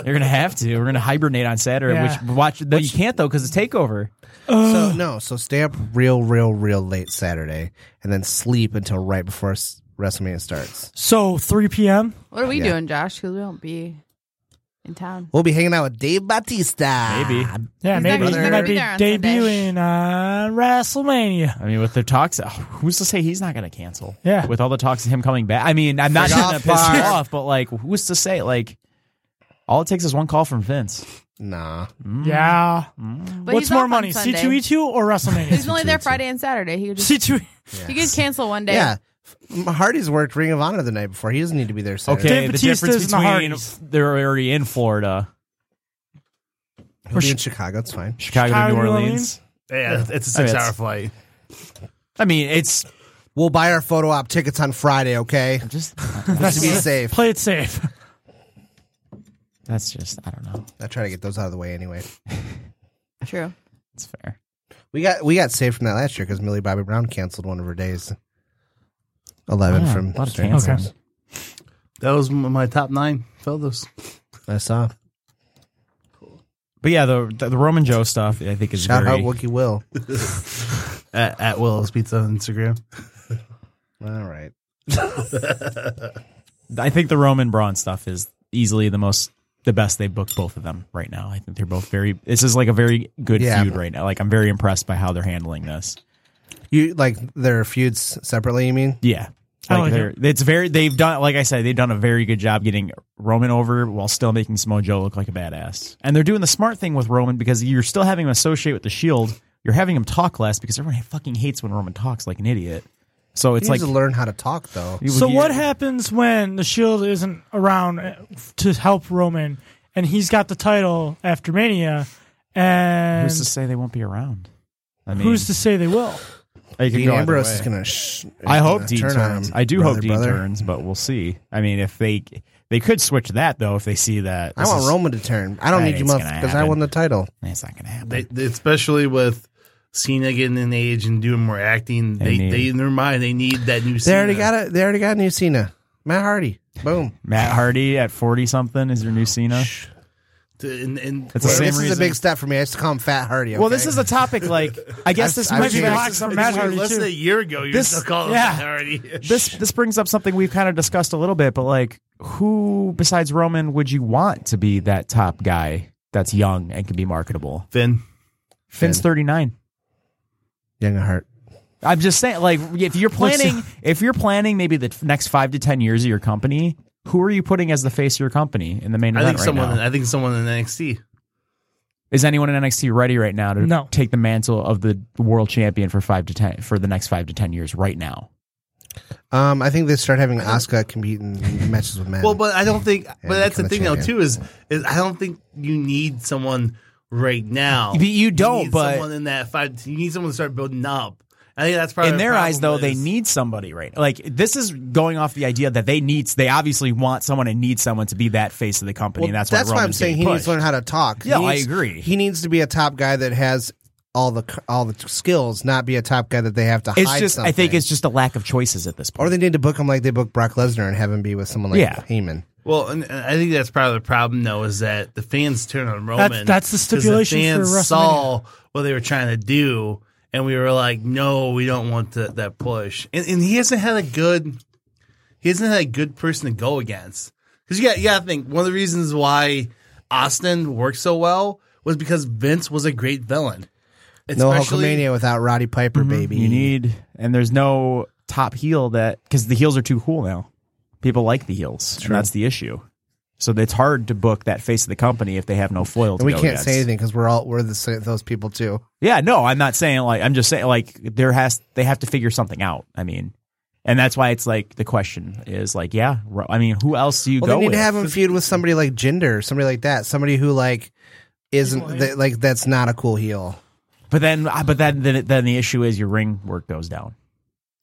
Speaker 12: You're gonna have to. We're gonna hibernate on Saturday.
Speaker 8: Yeah.
Speaker 12: Which watch? No, you can't though because it's takeover.
Speaker 8: so no, so stay up real, real, real late Saturday, and then sleep until right before s- WrestleMania starts.
Speaker 11: So 3 p.m.
Speaker 13: What are we
Speaker 8: Yeah.
Speaker 13: doing, Josh? Because we won't be in town.
Speaker 8: We'll be hanging out with Dave Batista.
Speaker 12: Maybe.
Speaker 11: Yeah,
Speaker 13: He's
Speaker 11: maybe
Speaker 13: not
Speaker 11: he
Speaker 13: gonna
Speaker 11: might
Speaker 13: be
Speaker 11: be
Speaker 13: there on
Speaker 11: debuting on WrestleMania.
Speaker 12: I mean, with the talks, uh, who's to say he's not gonna cancel?
Speaker 11: Yeah.
Speaker 12: With all the talks of him coming back, I mean, I'm not
Speaker 8: Frick
Speaker 12: gonna
Speaker 8: off,
Speaker 12: piss you
Speaker 8: Barb.
Speaker 12: off, but like, who's to say? Like, all it takes is one call from Vince.
Speaker 8: Nah.
Speaker 12: Mm.
Speaker 11: Yeah.
Speaker 13: But
Speaker 11: What's
Speaker 13: he's
Speaker 11: more
Speaker 13: off on
Speaker 11: money, E
Speaker 13: Sunday.
Speaker 11: C2E2 or WrestleMania? E,
Speaker 13: He's
Speaker 8: E
Speaker 13: only there Friday and Saturday. He could just
Speaker 11: C2E2.
Speaker 13: he could cancel one day.
Speaker 8: Yeah. F- Hardy's worked Ring of Honor the night before. He doesn't need to be there. Saturday.
Speaker 12: Okay, the difference between they're already in Florida,
Speaker 8: He'll be in Chicago. It's fine.
Speaker 12: Chicago, to New Orleans.
Speaker 10: Yeah, it's a
Speaker 12: I mean,
Speaker 10: six-hour flight.
Speaker 12: I mean, it's
Speaker 8: we'll buy our photo op tickets on Friday. Okay,
Speaker 12: just,
Speaker 8: to be safe.
Speaker 11: Play it safe.
Speaker 12: That's just I don't know.
Speaker 8: I try to get those out of the way anyway.
Speaker 13: True.
Speaker 12: It's fair.
Speaker 8: We got we got saved from that last year because Millie Bobby Brown canceled one of her days. Eleven
Speaker 12: Yeah,
Speaker 8: from
Speaker 12: Ah, a lot of
Speaker 8: Stranger
Speaker 12: cancels.
Speaker 8: Things.
Speaker 10: That was m- my top nine fellas.
Speaker 8: I saw.
Speaker 12: But yeah, the the, the Roman Joe stuff I think is
Speaker 8: Shout
Speaker 12: very
Speaker 8: out Wookie Will.
Speaker 10: at, at Will's Pizza on Instagram.
Speaker 8: All right.
Speaker 12: I think the Roman Braun stuff is easily the most the best they booked both of them right now. I think they're both very. This is like a very good
Speaker 8: Yeah.
Speaker 12: feud right now. Like I'm very impressed by how they're handling this.
Speaker 8: You like their feuds separately? You mean?
Speaker 12: Yeah.
Speaker 8: I
Speaker 12: Like
Speaker 8: like
Speaker 12: they're, it's very they've done like I said they've done a very good job getting Roman over while still making Samoa Joe look like a badass and they're doing the smart thing with Roman because you're still having him associate with the Shield you're having him talk less because everyone fucking hates when Roman talks like an idiot so it's
Speaker 8: he
Speaker 12: like
Speaker 8: needs to learn how to talk though.
Speaker 12: You-
Speaker 11: So
Speaker 12: you-
Speaker 11: what happens when the Shield isn't around to eh, help Roman, and he's got the title after Mania. And
Speaker 12: Who's to say they won't be around? I mean,
Speaker 11: who's to say they will?
Speaker 12: It could
Speaker 8: Dean
Speaker 12: go either
Speaker 8: Ambrose
Speaker 12: way.
Speaker 8: is gonna sh- is
Speaker 12: I hope
Speaker 8: gonna
Speaker 12: Dean
Speaker 8: turn on
Speaker 12: turns.
Speaker 8: him,
Speaker 12: I do
Speaker 8: brother,
Speaker 12: hope Dean
Speaker 8: brother.
Speaker 12: turns, but we'll see. I mean, if they they could switch that though, if they see that.
Speaker 8: I
Speaker 12: this
Speaker 8: want
Speaker 12: is-
Speaker 8: Roman to turn. I don't
Speaker 12: That
Speaker 8: need you,
Speaker 12: ain't
Speaker 8: muff,
Speaker 12: gonna
Speaker 8: because I
Speaker 12: happen.
Speaker 8: won the title.
Speaker 12: It's not gonna happen.
Speaker 10: They, they- especially with Cena getting in age and doing more acting,
Speaker 8: They
Speaker 10: they,
Speaker 8: need-
Speaker 10: they in their mind they need that new.
Speaker 8: They already
Speaker 10: Cena.
Speaker 8: got it. They already got a new Cena. Matt Hardy. Boom.
Speaker 12: Matt Hardy at forty something is your new Cena.
Speaker 10: To- And, and
Speaker 12: It's the
Speaker 8: Well,
Speaker 12: same
Speaker 8: this is
Speaker 12: reason-
Speaker 8: a big step for me. I used to call him Fat Hardy.
Speaker 12: Well,
Speaker 8: okay?
Speaker 12: this is a topic like I guess this
Speaker 8: I've-
Speaker 12: might
Speaker 8: I've
Speaker 12: be
Speaker 8: seen
Speaker 12: back
Speaker 8: it.
Speaker 12: to
Speaker 10: It's
Speaker 12: Matt
Speaker 10: weird,
Speaker 12: Hardy
Speaker 10: less
Speaker 12: too.
Speaker 10: than a year ago, you were still calling him Matt Hardy.
Speaker 12: this this brings up something we've kind of discussed a little bit, but like who besides Roman would you want to be that top guy that's young and can be marketable?
Speaker 10: Finn.
Speaker 12: Finn's thirty nine.
Speaker 8: Young at heart.
Speaker 12: I'm just saying, like, if you're
Speaker 8: What's-
Speaker 12: planning, if you're planning maybe the next five to ten years of your company, who are you putting as the face of your company in the main
Speaker 10: I
Speaker 12: event
Speaker 10: think
Speaker 12: right
Speaker 10: someone.
Speaker 12: now?
Speaker 10: I think someone in NXT.
Speaker 12: Is anyone in NXT ready right now to
Speaker 10: No.
Speaker 12: take the mantle of the world champion for five to ten for the next five to ten years right now?
Speaker 8: Um, I think they start having Asuka compete in matches with men.
Speaker 10: Well, but I don't think. But that's the
Speaker 8: become a
Speaker 10: thing, though,
Speaker 8: champion.
Speaker 10: too, is is I don't think you need someone right now.
Speaker 12: But you don't,
Speaker 10: need
Speaker 12: but-
Speaker 10: someone in that five. You need someone to start building up. I think that's probably
Speaker 12: in their
Speaker 10: the
Speaker 12: eyes, though,
Speaker 10: problem
Speaker 12: they
Speaker 10: is-
Speaker 12: need somebody right. Like this is going off the idea that they need. They obviously want someone and need someone to be that face of the company. and that's,
Speaker 8: why
Speaker 12: what
Speaker 8: I'm saying he needs to learn how to talk. He
Speaker 12: Yeah, I
Speaker 8: needs-
Speaker 12: agree.
Speaker 8: He needs to be a top guy that has all the c- all the t- skills, not be a top guy that they have to
Speaker 12: It's
Speaker 8: hide
Speaker 12: just.
Speaker 8: something.
Speaker 12: I think it's just a lack of choices at this point.
Speaker 8: or they need to book him like they booked Brock Lesnar and have him be with someone like
Speaker 12: Yeah.
Speaker 8: Heyman.
Speaker 10: Well, and and I think that's part of the problem, though, is that the fans turn on Roman.
Speaker 11: that's the
Speaker 10: 'cause
Speaker 11: stipulation
Speaker 10: The fans
Speaker 11: for WrestleMania.
Speaker 10: saw what they were trying to do, and we were like, "No, we don't want that that push." And, and he hasn't had a good, he hasn't had a good person to go against. Because you got, you got to think one of the reasons why Austin worked so well was because Vince was a great villain.
Speaker 8: no
Speaker 10: Especially-
Speaker 8: Hulkamania without Roddy Piper, baby.
Speaker 12: Mm-hmm. You need, and there's no top heel that because the heels are too cool now. People like the heels, and that's the issue. So it's hard to book that face of the company if they have no foil.
Speaker 8: and
Speaker 12: to
Speaker 8: we
Speaker 12: go
Speaker 8: can't
Speaker 12: against.
Speaker 8: say anything because we're all we're the sa- those people too.
Speaker 12: Yeah, no, I'm not saying like I'm just saying like there has they have to figure something out. I mean, and that's why it's like the question is like, yeah, Ro- I mean, who else do you
Speaker 8: Well,
Speaker 12: go
Speaker 8: they need
Speaker 12: with?
Speaker 8: to have him feud with somebody like Jinder, or somebody like that, somebody who like isn't that, like that's not a cool heel.
Speaker 12: But then, uh, but then, then, then the issue is your ring work goes down.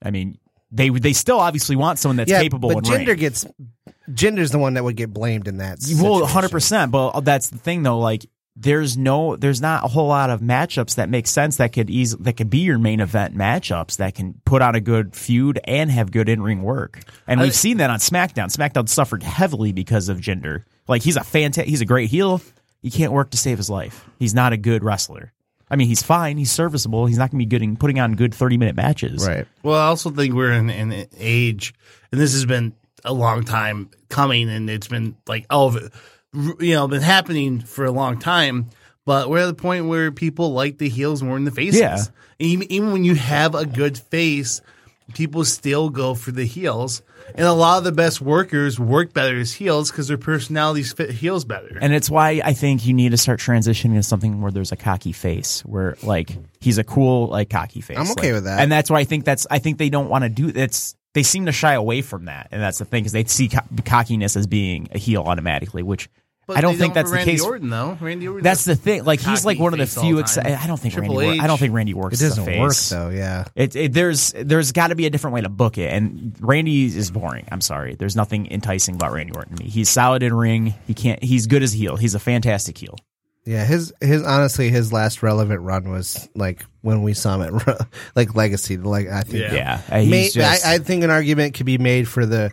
Speaker 12: I mean, they they still obviously want someone that's
Speaker 8: yeah,
Speaker 12: capable.
Speaker 8: but
Speaker 12: in
Speaker 8: Jinder
Speaker 12: ring.
Speaker 8: gets Jinder's the one that would get blamed in that.
Speaker 12: Well,
Speaker 8: situation.
Speaker 12: hundred percent. But uh, that's the thing, though. Like, there's no, there's not a whole lot of matchups that make sense that could easily that could be your main event matchups that can put on a good feud and have good in ring work. And
Speaker 10: I-
Speaker 12: we've seen that on SmackDown. SmackDown suffered heavily because of gender. Like, he's a fantastic, he's a great heel. He can't work to save his life. He's not a good wrestler. I mean, he's fine. He's serviceable. He's not going to be good in putting on good thirty minute matches. Right.
Speaker 10: Well, I also think we're in an age, and this has been a long time coming, and it's been like all of it, you know, been happening for a long time. But we're at the point where people like the heels more than the faces.
Speaker 12: Yeah.
Speaker 10: And even, even when you have a good face, people still go for the heels. And a lot of the best workers work better as heels because their personalities fit heels better.
Speaker 12: And it's why I think you need to start transitioning to something where there's a cocky face, where like he's a cool like cocky face.
Speaker 8: I'm okay
Speaker 12: Like-
Speaker 8: with that.
Speaker 12: And that's why I think that's I think they don't want to do that's they seem to shy away from that, and that's the thing because they see co- cockiness as being a heel automatically, which
Speaker 10: But
Speaker 12: I don't
Speaker 10: they
Speaker 12: think
Speaker 10: for
Speaker 12: that's
Speaker 10: Randy
Speaker 12: the case.
Speaker 10: Orton though. Randy Orton.
Speaker 12: That's the thing. Like he's like
Speaker 10: cocky
Speaker 12: one of the
Speaker 10: face all
Speaker 12: few.
Speaker 10: the
Speaker 12: Ex-
Speaker 10: time.
Speaker 12: I don't think
Speaker 10: Triple
Speaker 12: Randy. Wor- I
Speaker 10: H.
Speaker 12: don't think Randy works.
Speaker 8: It doesn't
Speaker 12: as a
Speaker 8: work
Speaker 12: face.
Speaker 8: though. Yeah,
Speaker 12: It, it, there's there's got to be a different way to book it, and Randy is boring. I'm sorry, there's nothing enticing about Randy Orton. to me. He's solid in ring. He can't. He's good as a heel. He's a fantastic heel.
Speaker 8: yeah. His his honestly, his last relevant run was like when we saw him at Ro- like Legacy. Like I think,
Speaker 12: Yeah. Yeah, he's
Speaker 8: May-
Speaker 12: just-
Speaker 8: I, I think an argument could be made for the.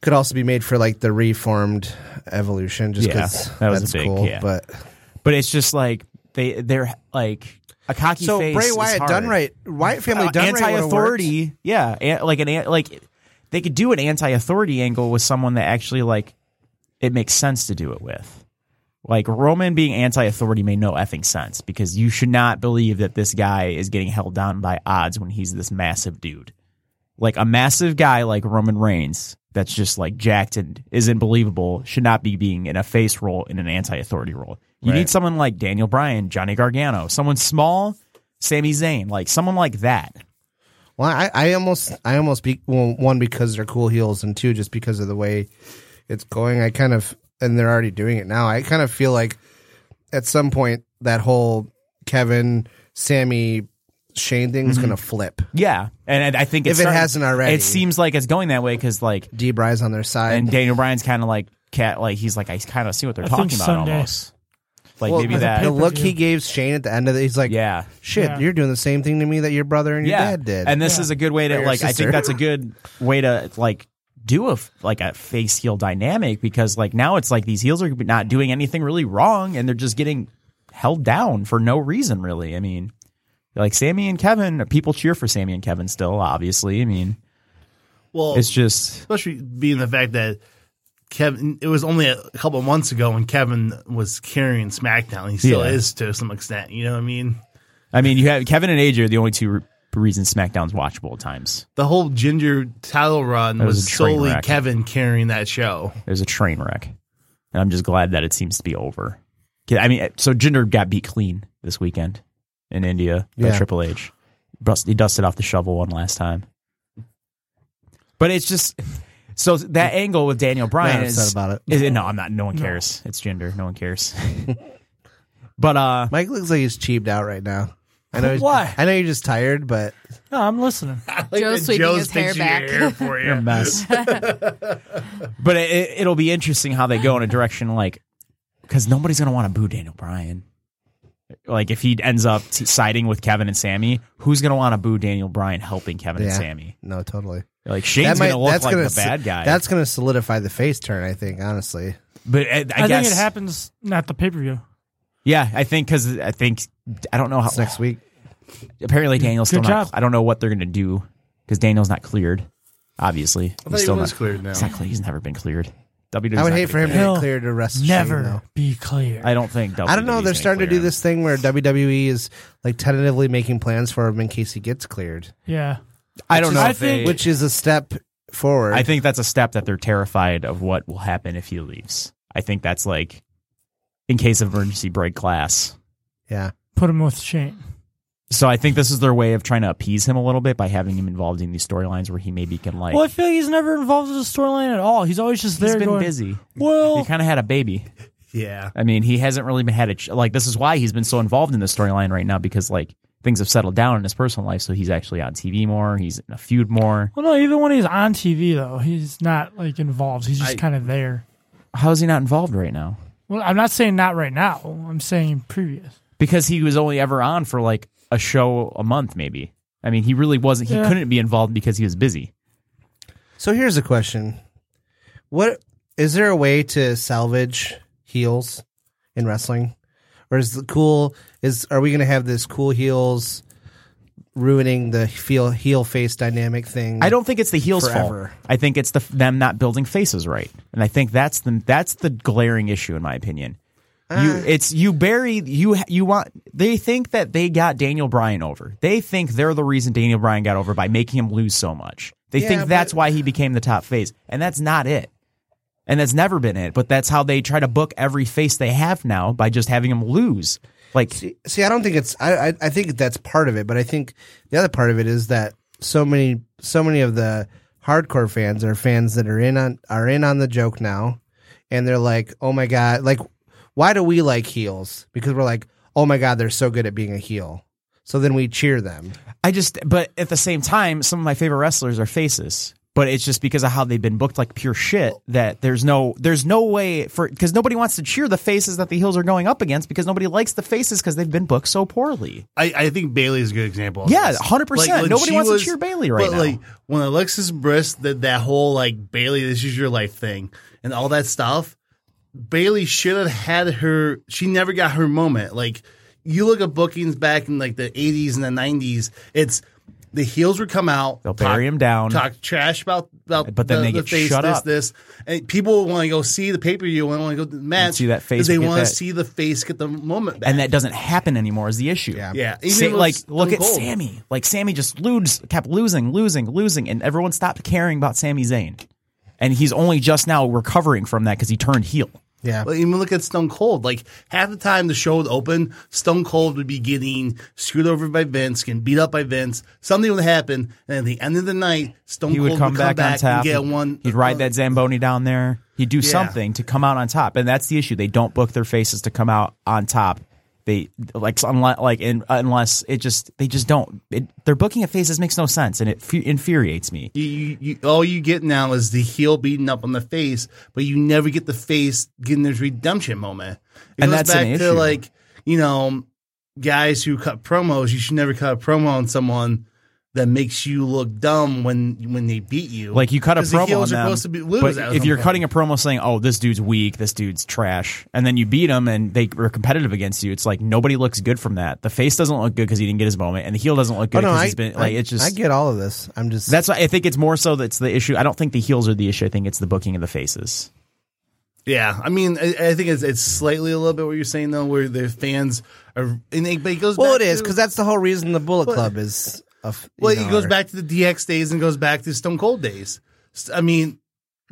Speaker 8: Could also be made for like the reformed evolution, just
Speaker 12: Yeah,
Speaker 8: because
Speaker 12: that was a
Speaker 8: that's
Speaker 12: big-
Speaker 8: cool.
Speaker 12: yeah.
Speaker 8: But
Speaker 12: But it's just like they they're like a cocky
Speaker 8: so
Speaker 12: face.
Speaker 8: Bray
Speaker 12: is
Speaker 8: Wyatt
Speaker 12: hard.
Speaker 8: done right, Wyatt family
Speaker 12: Uh,
Speaker 8: done right would've
Speaker 12: anti-authority.
Speaker 8: worked.
Speaker 12: yeah, an- like an an- like they could do an anti-authority angle with someone that actually like it makes sense to do it with. Like Roman being anti-authority made no effing sense because you should not believe that this guy is getting held down by odds when he's this massive dude. Like a massive guy like Roman Reigns that's just like jacked and isn't believable should not be being in a face role in an anti-authority role. You
Speaker 14: Right.
Speaker 12: need someone like Daniel Bryan, Johnny Gargano, someone small, Sami Zayn, like someone like that.
Speaker 8: Well, I, I almost, I almost be well, one because they're cool heels, and two just because of the way it's going. I kind of, and they're already doing it now. I kind of feel like at some point that whole Kevin, Sammy, Shane thing's
Speaker 12: Mhm.
Speaker 8: going to flip.
Speaker 12: Yeah, and I I think it's
Speaker 8: If it
Speaker 12: starting-
Speaker 8: hasn't already.
Speaker 12: it seems like it's going that way because like
Speaker 8: D. Bry's on their side,
Speaker 12: and Daniel Bryan's kind of like cat, like he's like I kind of see what they're
Speaker 8: I
Speaker 12: talking
Speaker 8: think
Speaker 12: about
Speaker 8: someday.
Speaker 12: almost. Like
Speaker 8: Well,
Speaker 12: maybe that
Speaker 8: the look he gave Shane at the end of it, he's like,
Speaker 12: "Yeah,
Speaker 8: shit,
Speaker 12: Yeah.
Speaker 8: you're doing the same thing to me that your brother and your dad did."
Speaker 12: And this is a good way
Speaker 8: Or
Speaker 12: to
Speaker 8: your
Speaker 12: like. I
Speaker 8: sister.
Speaker 12: think that's a good way to like do a f- like a face heel dynamic because like now it's like these heels are not doing anything really wrong and they're just getting held down for no reason really. I mean, like Sammy and Kevin, people cheer for Sammy and Kevin still. Obviously, I mean,
Speaker 10: Well,
Speaker 12: it's just
Speaker 10: especially being the fact that Kevin. It was only a couple months ago when Kevin was carrying SmackDown. He still
Speaker 12: Yeah.
Speaker 10: is to some extent. You know what I mean?
Speaker 12: I mean you have Kevin and AJ are the only two re- reasons SmackDown's watchable at times.
Speaker 10: The whole Ginger title run
Speaker 12: That
Speaker 10: was,
Speaker 12: was a train
Speaker 10: solely
Speaker 12: wreck.
Speaker 10: Kevin carrying that show.
Speaker 12: It was a train wreck, and I'm just glad that it seems to be over. 'Kay, I mean, eh, so Jinder got beat clean this weekend in India by
Speaker 10: Yeah.
Speaker 12: Triple H. Brust- He dusted off the shovel one last time. But it's just so that angle with Daniel Bryan
Speaker 8: upset
Speaker 12: is
Speaker 8: about it.
Speaker 12: is- no, I'm not. No one cares. It's Jinder. No one cares. but uh,
Speaker 8: Mike looks like he's cheaped out right now. I know. he's-
Speaker 11: Why?
Speaker 8: I know you're just tired, but
Speaker 11: No, I'm listening.
Speaker 13: Joe's sweeping his hair back.
Speaker 12: You're a mess. but it- it, it'll be interesting how they go in a direction like because nobody's gonna want to boo Daniel Bryan. Like if he ends up t- siding with Kevin and Sammy, who's gonna want to boo Daniel Bryan helping Kevin and
Speaker 8: Yeah.
Speaker 12: Sammy?
Speaker 8: No, totally.
Speaker 12: Like Shane's gonna look like the
Speaker 8: so-
Speaker 12: bad guy.
Speaker 8: That's gonna solidify the face turn. I think, honestly.
Speaker 12: but uh, I, I,
Speaker 11: I,
Speaker 12: guess
Speaker 11: think it happens not the pay per view.
Speaker 12: yeah, I think because I think I don't know how
Speaker 8: next week.
Speaker 12: Apparently Daniel's
Speaker 11: Mm, Good
Speaker 12: still not.
Speaker 11: job.
Speaker 12: I don't know what they're gonna do because Daniel's not cleared. Obviously,
Speaker 10: thought he was
Speaker 12: not,
Speaker 10: cleared now.
Speaker 12: Exactly, he's never been cleared. WWE's
Speaker 8: I would
Speaker 12: not
Speaker 8: hate
Speaker 12: gonna
Speaker 8: for him to
Speaker 12: clear
Speaker 8: get cleared to wrestle.
Speaker 11: Never
Speaker 8: Shane, though.
Speaker 11: be clear.
Speaker 12: I don't think.
Speaker 8: I don't know.
Speaker 12: WWE's
Speaker 8: They're
Speaker 12: gonna
Speaker 8: starting to
Speaker 12: clear
Speaker 8: do this thing where WWE is like tentatively making plans for him in case he gets cleared.
Speaker 11: Yeah.
Speaker 12: I don't know.
Speaker 11: I
Speaker 12: if
Speaker 11: think-
Speaker 12: they-
Speaker 8: which is a step forward.
Speaker 12: I think that's a step that they're terrified of what will happen if he leaves. I think that's like in case of emergency break glass.
Speaker 8: Yeah.
Speaker 11: Put him with Shane.
Speaker 12: So I think this is their way of trying to appease him a little bit by having him involved in these storylines where he maybe can like
Speaker 11: well, I feel like he's never involved in the storyline at all. He's always just there
Speaker 12: he's been
Speaker 11: going
Speaker 12: busy.
Speaker 11: Well,
Speaker 12: he kind of had a baby.
Speaker 10: Yeah.
Speaker 12: I mean, he hasn't really been had a ch- like. This is why he's been so involved in the storyline right now because like things have settled down in his personal life. So he's actually on TV more. He's in a feud more.
Speaker 11: Well, no, even when he's on TV though, he's not like involved. He's
Speaker 12: I-
Speaker 11: just kind of there.
Speaker 12: How is he not involved right now?
Speaker 11: Well, I'm not saying not right now. I'm saying previous.
Speaker 12: because he was only ever on for like a show a month maybe i mean he really wasn't he
Speaker 11: Yeah.
Speaker 12: couldn't be involved because he was busy
Speaker 8: So here's a question: What is there a way to salvage heels in wrestling, or is the cool is are we going to have this cool heels ruining the heel heel face dynamic thing?
Speaker 12: i don't think it's the heels
Speaker 8: forever.
Speaker 12: fault i think it's the them not building faces right and i think that's the that's the glaring issue in my opinion you
Speaker 8: Uh.
Speaker 12: it's you bury you you want they think that they got daniel bryan over they think they're the reason daniel bryan got over by making him lose so much they
Speaker 8: Yeah,
Speaker 12: think
Speaker 8: but-
Speaker 12: that's why he became the top face and that's not it and that's never been it but that's how they try to book every face they have now by just having him lose like
Speaker 8: See, I don't think it's. I, I I think that's part of it, but I think the other part of it is that so many so many of the hardcore fans are fans that are in on are in on the joke now, and they're like, oh my god, like why do we like heels? Because we're like, oh my god, they're so good at being a heel. So then we cheer them.
Speaker 12: I just, but at the same time, some of my favorite wrestlers are faces. But it's just because of how they've been booked like pure shit that there's no there's no way for because nobody wants to cheer the faces that the heels are going up against because nobody likes the faces because they've been booked so poorly.
Speaker 10: I, I think Bailey is a good example. of
Speaker 12: Yeah,
Speaker 10: this.
Speaker 12: 100%.
Speaker 10: when
Speaker 12: Nobody
Speaker 10: she
Speaker 12: wants to cheer Bailey right
Speaker 10: but
Speaker 12: now.
Speaker 10: Like when Alexis Bliss did that whole like Bailey, this is your life thing and all that stuff. Bailey should have had her. She never got her moment. Like you look at bookings back in like the eighties and the nineties. It's the heels would come out.
Speaker 12: They'll bury 'em down.
Speaker 10: Talk trash about about.
Speaker 12: But then
Speaker 10: the,
Speaker 12: they
Speaker 10: the
Speaker 12: get
Speaker 10: face,
Speaker 12: shut
Speaker 10: this,
Speaker 12: up.
Speaker 10: This and people want to go see the pay per view. Want to go to the match.
Speaker 12: see that face,
Speaker 10: They
Speaker 12: get
Speaker 10: want to
Speaker 12: that-
Speaker 10: see the face get the moment back.
Speaker 12: And that doesn't happen anymore is the issue. Yeah,
Speaker 10: Yeah.
Speaker 12: Sa-
Speaker 10: Even with
Speaker 12: like
Speaker 10: Stone
Speaker 12: look at
Speaker 10: Cold.
Speaker 12: Sammy. Like Sammy just lose, kept losing, losing, losing, and everyone stopped caring about Sammy Zayn, and he's only just now recovering from that because he turned heel.
Speaker 8: Yeah.
Speaker 10: Like, even look at Stone Cold. Like half the time the show would open, Stone Cold would be getting screwed over by Vince, getting beat up by Vince. Something would happen, and at the end of the night, Stone
Speaker 12: he
Speaker 10: Cold
Speaker 12: would come back, on top.
Speaker 10: and get
Speaker 12: He'd-
Speaker 10: one. uh,
Speaker 12: He'd ride that Zamboni down there. He'd do
Speaker 10: Yeah.
Speaker 12: something to come out on top, and that's the issue. They don't book their faces to come out on top. They like unless like in, unless it just they just don't. It, their booking of faces makes no sense, and it fu- infuriates me.
Speaker 10: You, you, you, all you get now is the heel beating up on the face, but you never get the face getting his redemption moment. It
Speaker 12: And
Speaker 10: goes
Speaker 12: that's
Speaker 10: back
Speaker 12: an
Speaker 10: to
Speaker 12: issue.
Speaker 10: like you know guys who cut promos. You should never cut a promo on someone that makes you look dumb when when they beat you.
Speaker 12: Like you cut a
Speaker 10: 'Cause the
Speaker 12: promo on
Speaker 10: heels
Speaker 12: them,
Speaker 10: are supposed to be lose.
Speaker 12: but
Speaker 10: at
Speaker 12: if
Speaker 10: some
Speaker 12: you're
Speaker 10: point.
Speaker 12: cutting a promo saying, "Oh, this dude's weak, this dude's trash," and then you beat him and they were competitive against you, it's like nobody looks good from that. The face doesn't look good because he didn't get his moment, and the heel doesn't look good
Speaker 8: Oh, no,
Speaker 12: because
Speaker 8: I-
Speaker 12: he's been like
Speaker 8: I-
Speaker 12: it's just.
Speaker 8: I get all of this. I'm just
Speaker 12: that's why I think it's more so that's the issue. I don't think the heels are the issue. I think it's the booking of the faces.
Speaker 10: Yeah, I mean, I, I think it's, it's slightly a little bit what you're saying though, where the fans are. And it, but it goes
Speaker 8: well,
Speaker 10: back
Speaker 8: it is
Speaker 10: to-
Speaker 8: because that's the whole reason the Bullet
Speaker 10: Well-
Speaker 8: Club is. A, f- you
Speaker 10: Well,
Speaker 8: know,
Speaker 10: it goes
Speaker 8: or-
Speaker 10: back to the DX days and goes back to Stone Cold days. S- I mean,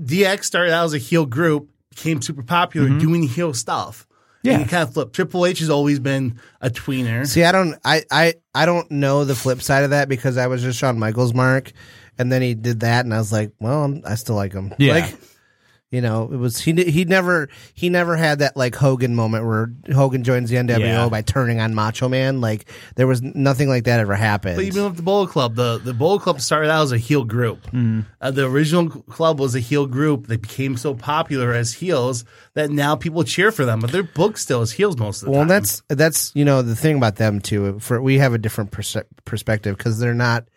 Speaker 10: DX started out as a heel group, became super popular,
Speaker 8: Mhm.
Speaker 10: doing heel stuff.
Speaker 8: Yeah.
Speaker 10: and you kind of flip. Triple H has always been a tweener.
Speaker 8: See, I don't, I, I, I don't know the flip side of that because I was just Shawn Michaels' mark, and then he did that, and I was like, well, I'm, I still like him.
Speaker 12: Yeah.
Speaker 8: Like, you know, it was he. ne- He never, he never had that like Hogan moment where Hogan joins the NWO
Speaker 10: Yeah.
Speaker 8: by turning on Macho Man. Like there was nothing like that ever happened.
Speaker 10: But even with the Bullet Club, the the Bullet Club started out as a heel group.
Speaker 8: Mm-hmm.
Speaker 10: Uh, the original club was a heel group. They became so popular as heels that now people cheer for them, but they're booked still as heels most of the
Speaker 8: well,
Speaker 10: time.
Speaker 8: that's that's you know the thing about them too. For we have a different perse- perspective because they're not.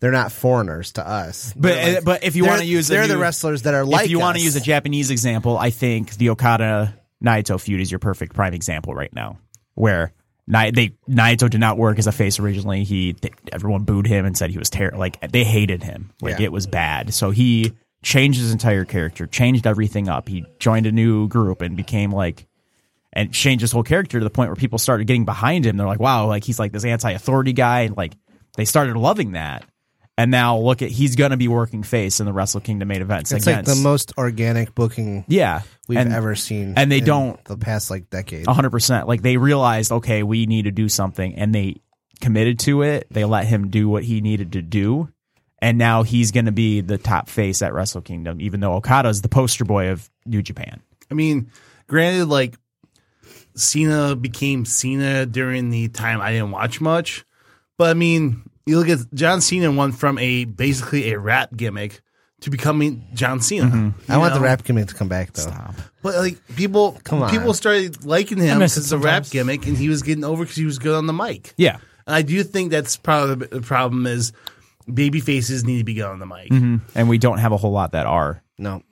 Speaker 8: They're not foreigners to us,
Speaker 12: But
Speaker 8: They're like-
Speaker 12: but if you
Speaker 8: they're-
Speaker 12: want to use a
Speaker 8: they're the
Speaker 12: new-
Speaker 8: wrestlers that are like
Speaker 12: if you want
Speaker 8: us.
Speaker 12: to use a Japanese example, I think the Okada Naito feud is your perfect prime example right now, where Ni- they Naito did not work as a face originally. He they, everyone booed him and said he was terrible. Like they hated him. Like
Speaker 8: Yeah.
Speaker 12: it was bad. So he changed his entire character, changed everything up. He joined a new group and became like. And changed his whole character to the point where people started getting behind him. They're like, "Wow, like he's like this anti-authority guy," and like they started loving that. And now look at he's going to be working face in the Wrestle Kingdom main events
Speaker 8: It's, like
Speaker 12: against
Speaker 8: the most organic booking
Speaker 12: yeah,
Speaker 8: we've
Speaker 12: and-
Speaker 8: ever seen,
Speaker 12: and they
Speaker 8: in
Speaker 12: don't- Oh,
Speaker 8: the past like decade.
Speaker 12: A hundred percent. Like they realized, okay, we need to do something, and they committed to it. They let him do what he needed to do, and now he's going to be the top face at Wrestle Kingdom, even though Okada's the poster boy of New Japan.
Speaker 10: I mean, granted, like Cena became Cena during the time I didn't watch much, but I mean, you look at John Cena went from a basically a rap gimmick to becoming John Cena.
Speaker 8: I
Speaker 10: You
Speaker 8: want the
Speaker 10: know?
Speaker 8: rap gimmick to come back though.
Speaker 10: but like people,
Speaker 8: Come on.
Speaker 10: people started liking him
Speaker 8: I miss it
Speaker 10: because the rap gimmick, and he was getting over because he was good on the mic.
Speaker 12: Yeah.
Speaker 10: and I do think that's probably the problem is baby faces need to be good on the mic.
Speaker 12: And we don't have a whole lot that are
Speaker 8: no,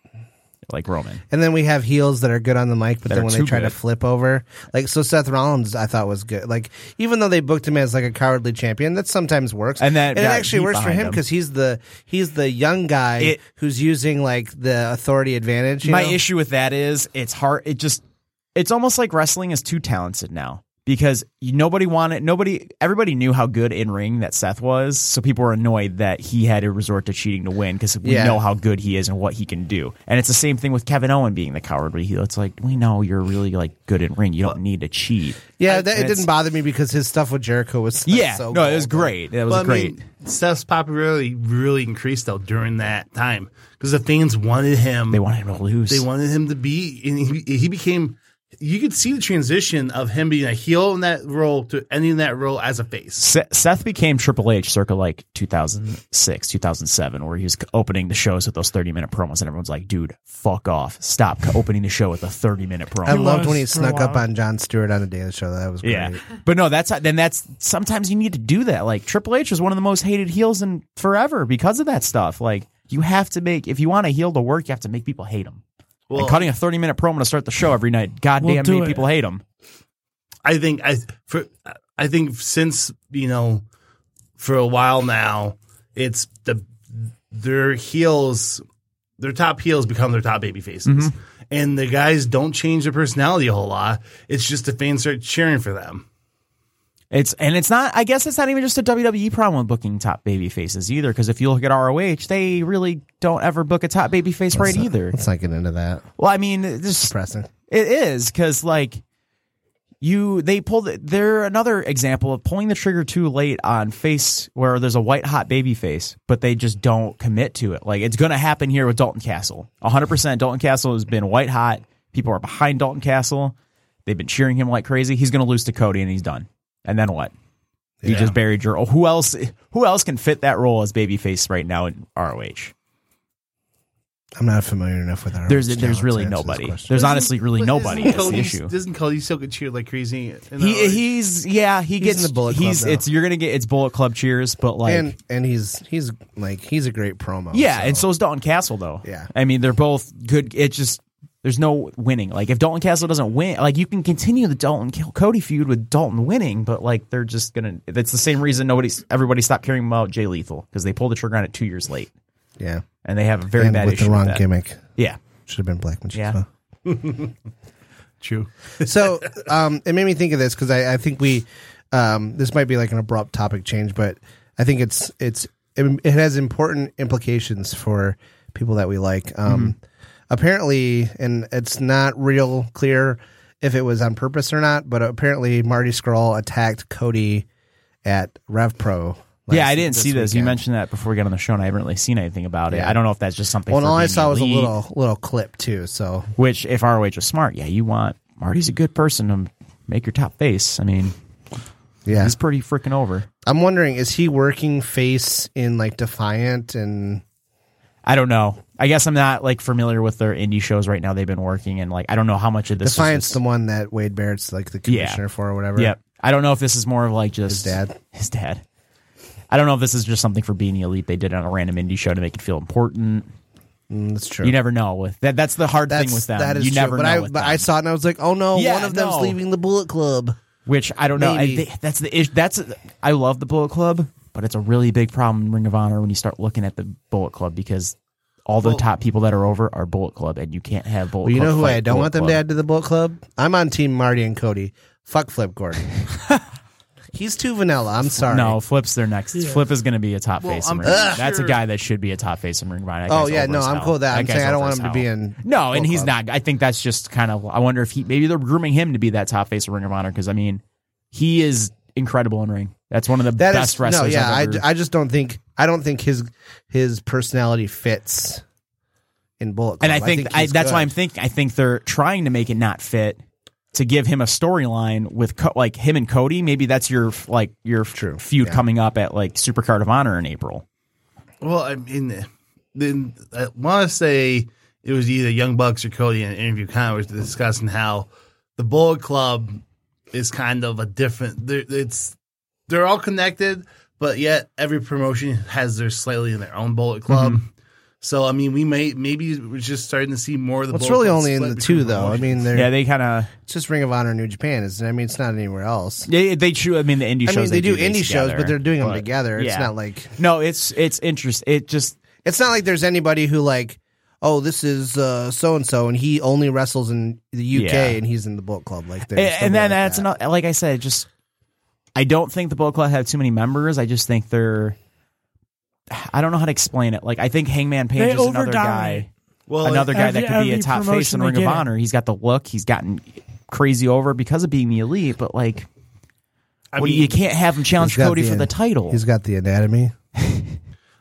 Speaker 12: like Roman.
Speaker 8: And then we have heels that are good on the mic, but
Speaker 12: That
Speaker 8: then
Speaker 12: are
Speaker 8: when they
Speaker 12: too
Speaker 8: try to
Speaker 12: good.
Speaker 8: flip over, like so Seth Rollins, I thought was good. Like even though they booked him as like a cowardly champion, that sometimes works,
Speaker 12: And that
Speaker 8: it
Speaker 12: got
Speaker 8: actually
Speaker 12: heat
Speaker 8: works for
Speaker 12: behind
Speaker 8: him
Speaker 12: him.
Speaker 8: because he's the he's the young guy
Speaker 12: It-
Speaker 8: who's using like the authority advantage. you
Speaker 12: My
Speaker 8: know?
Speaker 12: issue with that is it's hard. It just it's almost like wrestling is too talented now because you- nobody wanted nobody everybody knew how good in ring that Seth was, so people were annoyed that he had to resort to cheating to win because we
Speaker 8: Yeah.
Speaker 12: know how good he is and what he can do. And it's the same thing with Kevin Owen being the cowardly heel. It's like we know you're really like good in ring. You don't need to cheat.
Speaker 8: Yeah, that,
Speaker 12: And
Speaker 8: it didn't
Speaker 12: it's-
Speaker 8: bother me because his stuff with Jericho was like,
Speaker 12: Yeah,
Speaker 8: so
Speaker 12: no, it was
Speaker 8: gold.
Speaker 12: great. It was
Speaker 10: Well, I
Speaker 12: great.
Speaker 10: mean, Seth's popularity really increased though during that time because the fans wanted him.
Speaker 12: they wanted him to lose.
Speaker 10: They wanted him to be, and he, he became. You could see the transition of him being a heel in that role to ending that role as a face.
Speaker 12: Se- Seth became Triple H circa like 2006, 2007, where he was c- opening the shows with those 30 minute promos, and everyone's like, dude, fuck off. Stop c- opening the show with a 30 minute promo.
Speaker 8: I loved when he snuck up on John Stewart on the Daily Show. That was great.
Speaker 12: Yeah. But no, that's then that's sometimes you need to do that. Like Triple H was one of the most hated heels in forever because of that stuff. Like you have to make if you want a heel to work, you have to make people hate him.
Speaker 10: Well-
Speaker 12: and cutting a 30 minute promo to start the show every night, goddamn
Speaker 10: We'll do
Speaker 12: many
Speaker 10: it.
Speaker 12: people hate him.
Speaker 10: I think I for I think since you know for a while now, it's the their heels, their top heels become their top baby faces,
Speaker 12: Mhm.
Speaker 10: and the guys don't change their personality a whole lot. It's just the fans start cheering for them.
Speaker 12: It's and it's not. I guess it's not even just a WWE problem with booking top baby faces either. Because if you look at ROH, they really don't ever book a top baby face right either.
Speaker 8: Let's not get into that.
Speaker 12: Well, I mean, this
Speaker 8: depressing.
Speaker 12: It is because like you, they pulled. They're another example of pulling the trigger too late on face where there's a white hot baby face, but they just don't commit to it. Like it's going to happen here with Dalton Castle. 100 percent. Dalton Castle has been white hot. People are behind Dalton Castle. They've been cheering him like crazy. He's going to lose to Cody, and he's done. And then what? You
Speaker 14: Yeah.
Speaker 12: just buried your. Who else? Who else can fit that role as babyface right now in ROH?
Speaker 8: I'm not familiar enough with our.
Speaker 12: There's- there's really nobody. There's honestly really nobody. That's the issue.
Speaker 10: Doesn't Cody still get cheered like crazy? in
Speaker 12: He-
Speaker 10: the-
Speaker 12: he's yeah he
Speaker 10: He's
Speaker 12: gets
Speaker 10: in the Bullet Club
Speaker 12: he's
Speaker 10: now.
Speaker 12: it's you're gonna get it's Bullet Club cheers, but like
Speaker 8: and and he's he's like he's a great promo.
Speaker 12: yeah, and so is Dalton Castle though.
Speaker 8: Yeah.
Speaker 12: I mean they're both good. It's just there's no winning. Like if Dalton Castle doesn't win, like you can continue the Dalton Cody feud with Dalton winning, but like they're just gonna. That's the same reason nobody's everybody stopped caring about Jay Lethal because they pulled the trigger on it two years late.
Speaker 8: Yeah,
Speaker 12: and they have a very
Speaker 8: And
Speaker 12: bad
Speaker 8: with
Speaker 12: issue
Speaker 8: the wrong
Speaker 12: that.
Speaker 8: gimmick.
Speaker 12: Yeah,
Speaker 8: should have been Black Machine.
Speaker 12: yeah.
Speaker 10: True.
Speaker 8: so um, it made me think of this because I, I think we um, this might be like an abrupt topic change, but I think it's it's it, it has important implications for people that we like. Um,
Speaker 12: Mm-hmm.
Speaker 8: Apparently, and it's not real clear if it was on purpose or not, but apparently Marty Skrull attacked Cody at RevPro.
Speaker 12: yeah,
Speaker 8: last-
Speaker 12: I didn't see this. You
Speaker 8: weekend.
Speaker 12: mentioned that before we got on the show, and I haven't really seen anything about it.
Speaker 8: Yeah.
Speaker 12: I don't know if that's just something.
Speaker 8: Well, and
Speaker 12: for
Speaker 8: all I
Speaker 12: being
Speaker 8: saw was a
Speaker 12: elite.
Speaker 8: little little clip too. So
Speaker 12: Which, if ROH was smart, yeah, you want Marty's a good person to make your top face. I mean,
Speaker 8: Yeah.
Speaker 12: he's pretty freaking over.
Speaker 8: I'm wondering, is he working face in like Defiant and
Speaker 12: I don't know. I guess I'm not like familiar with their indie shows right now. They've been working, and like I don't know how much of this
Speaker 8: Defiant's
Speaker 12: is
Speaker 8: the one that Wade Barrett's like the
Speaker 12: Yeah.
Speaker 8: commissioner for or whatever.
Speaker 12: Yep. I don't know if this is more of like just
Speaker 8: His dad.
Speaker 12: His dad. I don't know if this is just something for being elite they did on a random indie show to make it feel important.
Speaker 8: Mm, that's true.
Speaker 12: You never know with that. That's the hard
Speaker 8: That's,
Speaker 12: thing with them.
Speaker 8: that is
Speaker 12: you
Speaker 8: true.
Speaker 12: never
Speaker 8: but
Speaker 12: know.
Speaker 8: I
Speaker 12: with
Speaker 8: but I saw it and I was like, oh no,
Speaker 12: Yeah,
Speaker 8: one of them's
Speaker 12: no.
Speaker 8: leaving the Bullet Club.
Speaker 12: Which I don't know. I,
Speaker 8: Maybe.
Speaker 12: thi- that's the issue. That's I love the Bullet Club, but it's a really big problem in Ring of Honor when you start looking at the Bullet Club because all the
Speaker 8: Well-
Speaker 12: top people that are over are Bullet Club, and you can't have Bullet.
Speaker 8: Well, you
Speaker 12: Club
Speaker 8: know who
Speaker 12: fight
Speaker 8: I don't
Speaker 12: Bullet
Speaker 8: want them
Speaker 12: Club.
Speaker 8: to add to the Bullet Club? I'm on Team Marty and Cody. Fuck Flip Gordon. He's too vanilla. I'm sorry.
Speaker 12: No, Flip's their next.
Speaker 8: Yeah.
Speaker 12: Flip is going to be a top
Speaker 8: Well,
Speaker 12: face.
Speaker 8: I'm
Speaker 12: in Ring.
Speaker 8: pretty
Speaker 12: That's
Speaker 8: sure-
Speaker 12: a guy that should be a top face in Ring of Honor. That
Speaker 8: Oh,
Speaker 12: guy's
Speaker 8: yeah,
Speaker 12: over
Speaker 8: no,
Speaker 12: as
Speaker 8: I'm
Speaker 12: hell.
Speaker 8: cool with that. I'm
Speaker 12: guy's
Speaker 8: saying I don't
Speaker 12: over
Speaker 8: want
Speaker 12: as
Speaker 8: him to be
Speaker 12: hell.
Speaker 8: in
Speaker 12: No, and
Speaker 8: Bullet
Speaker 12: he's
Speaker 8: Club.
Speaker 12: not. I think that's just kind of. I wonder if he maybe they're grooming him to be that top face of Ring of Honor because I mean, he is incredible in ring. That's one of the
Speaker 8: That is
Speaker 12: best wrestlers.
Speaker 8: No, yeah,
Speaker 12: i
Speaker 8: I, I just don't think I don't think his his personality fits in Bullet Club.
Speaker 12: And I think, I
Speaker 8: he's
Speaker 12: that's why
Speaker 8: good.
Speaker 12: I'm thinking. I think they're trying to make it not fit to give him a storyline with Co- like him and Cody. Maybe that's your like your True. feud
Speaker 10: yeah.
Speaker 12: coming up at like Supercard of Honor in April.
Speaker 10: Well, I mean, then uh, I want to say it was either Young Bucks or Cody in an interview kind of was discussing how the Bullet Club is kind of a different. they're- It's they're all connected, but yet every promotion has their slightly in their own Bullet Club. So I mean, we may maybe we're just starting to see more of the.
Speaker 8: Well, it's
Speaker 10: Bullet
Speaker 8: really
Speaker 10: Club
Speaker 8: only in
Speaker 10: split
Speaker 8: the
Speaker 10: between
Speaker 8: two though. I mean, they're,
Speaker 12: Yeah, they kind of
Speaker 8: it's just Ring of Honor, and New Japan. Is I mean, it's not anywhere else.
Speaker 12: They, they chew. I mean, the indie
Speaker 8: I
Speaker 12: shows.
Speaker 8: mean, they do
Speaker 12: these
Speaker 8: indie shows,
Speaker 12: together,
Speaker 8: but they're doing them together. It's
Speaker 12: yeah.
Speaker 8: not like
Speaker 12: no, it's it's interest. It just
Speaker 8: it's not like there's anybody who like. Oh, this is so and so, and he only wrestles in the UK,
Speaker 12: Yeah.
Speaker 8: and he's in the Bullet Club. Like,
Speaker 12: and,
Speaker 8: there's
Speaker 12: and then that's another. Like I said, just I don't think the Bullet Club have too many members. I just think they're. I don't know how to explain it. Like I think Hangman Page
Speaker 11: They
Speaker 12: is another
Speaker 11: overdominate.
Speaker 12: guy.
Speaker 11: Well,
Speaker 12: another guy that
Speaker 11: every-
Speaker 12: could be a
Speaker 11: every
Speaker 12: top face
Speaker 11: promotion
Speaker 12: in
Speaker 11: they
Speaker 12: Ring of
Speaker 11: get in.
Speaker 12: Honor. He's got the look. He's gotten crazy over because of being the elite. But like,
Speaker 10: I
Speaker 12: what do you-
Speaker 10: mean-
Speaker 12: you can't have him challenge Cody for the title.
Speaker 8: uh, He's got the anatomy.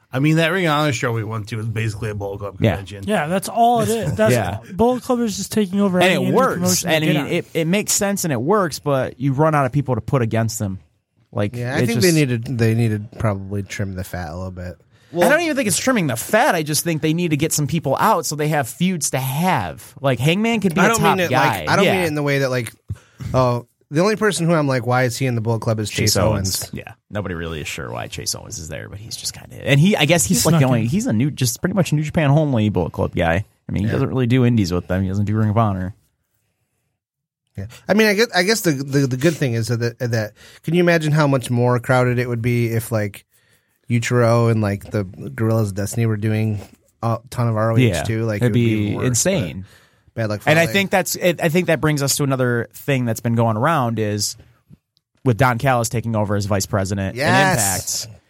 Speaker 10: I mean, that Ring of Honor show we went to is basically a Bullet Club
Speaker 8: Yeah.
Speaker 10: convention.
Speaker 11: Yeah, that's all it is. That's
Speaker 12: Yeah.
Speaker 11: Bullet Club is just taking over,
Speaker 12: and
Speaker 11: any
Speaker 12: it
Speaker 11: indie
Speaker 12: works.
Speaker 11: promotion they
Speaker 12: And I
Speaker 11: get
Speaker 12: mean,
Speaker 11: on.
Speaker 12: it, it makes sense and it works, but you run out of people to put against them. Like,
Speaker 8: Yeah, I
Speaker 12: it
Speaker 8: think
Speaker 12: just-
Speaker 8: they needed they needed probably trim the fat a little bit.
Speaker 12: I don't even think it's trimming the fat. I just think they need to get some people out so they have feuds to have. Like Hangman could be
Speaker 8: I
Speaker 12: a
Speaker 8: don't
Speaker 12: top
Speaker 8: mean it
Speaker 12: guy.
Speaker 8: like I don't
Speaker 12: yeah.
Speaker 8: mean it in the way that like oh the only person who I'm like why is he in the Bullet Club is Chase, Owens.
Speaker 12: Yeah, nobody really is sure why Chase Owens is there, but he's just kind of. And he, I guess he's,
Speaker 8: He
Speaker 12: like the
Speaker 8: snuck
Speaker 12: only.
Speaker 8: in.
Speaker 12: He's a new, just pretty much New Japan only Bullet Club guy. I mean, he
Speaker 8: Yeah.
Speaker 12: doesn't really do indies with them. He doesn't do Ring of Honor.
Speaker 8: I mean I guess I guess the the, the good thing is that that can you imagine how much more crowded it would be if like Uchiro and like the Gorillas of Destiny were doing a ton of ROH
Speaker 12: Yeah,
Speaker 8: too like
Speaker 12: it'd
Speaker 8: it would
Speaker 12: be
Speaker 8: even worse,
Speaker 12: insane.
Speaker 8: but Bad luck.
Speaker 12: and I
Speaker 8: Fale.
Speaker 12: think that's it, I think that brings us to another thing that's been going around is with Don Callis taking over as vice president in
Speaker 8: Yes.
Speaker 12: Impact.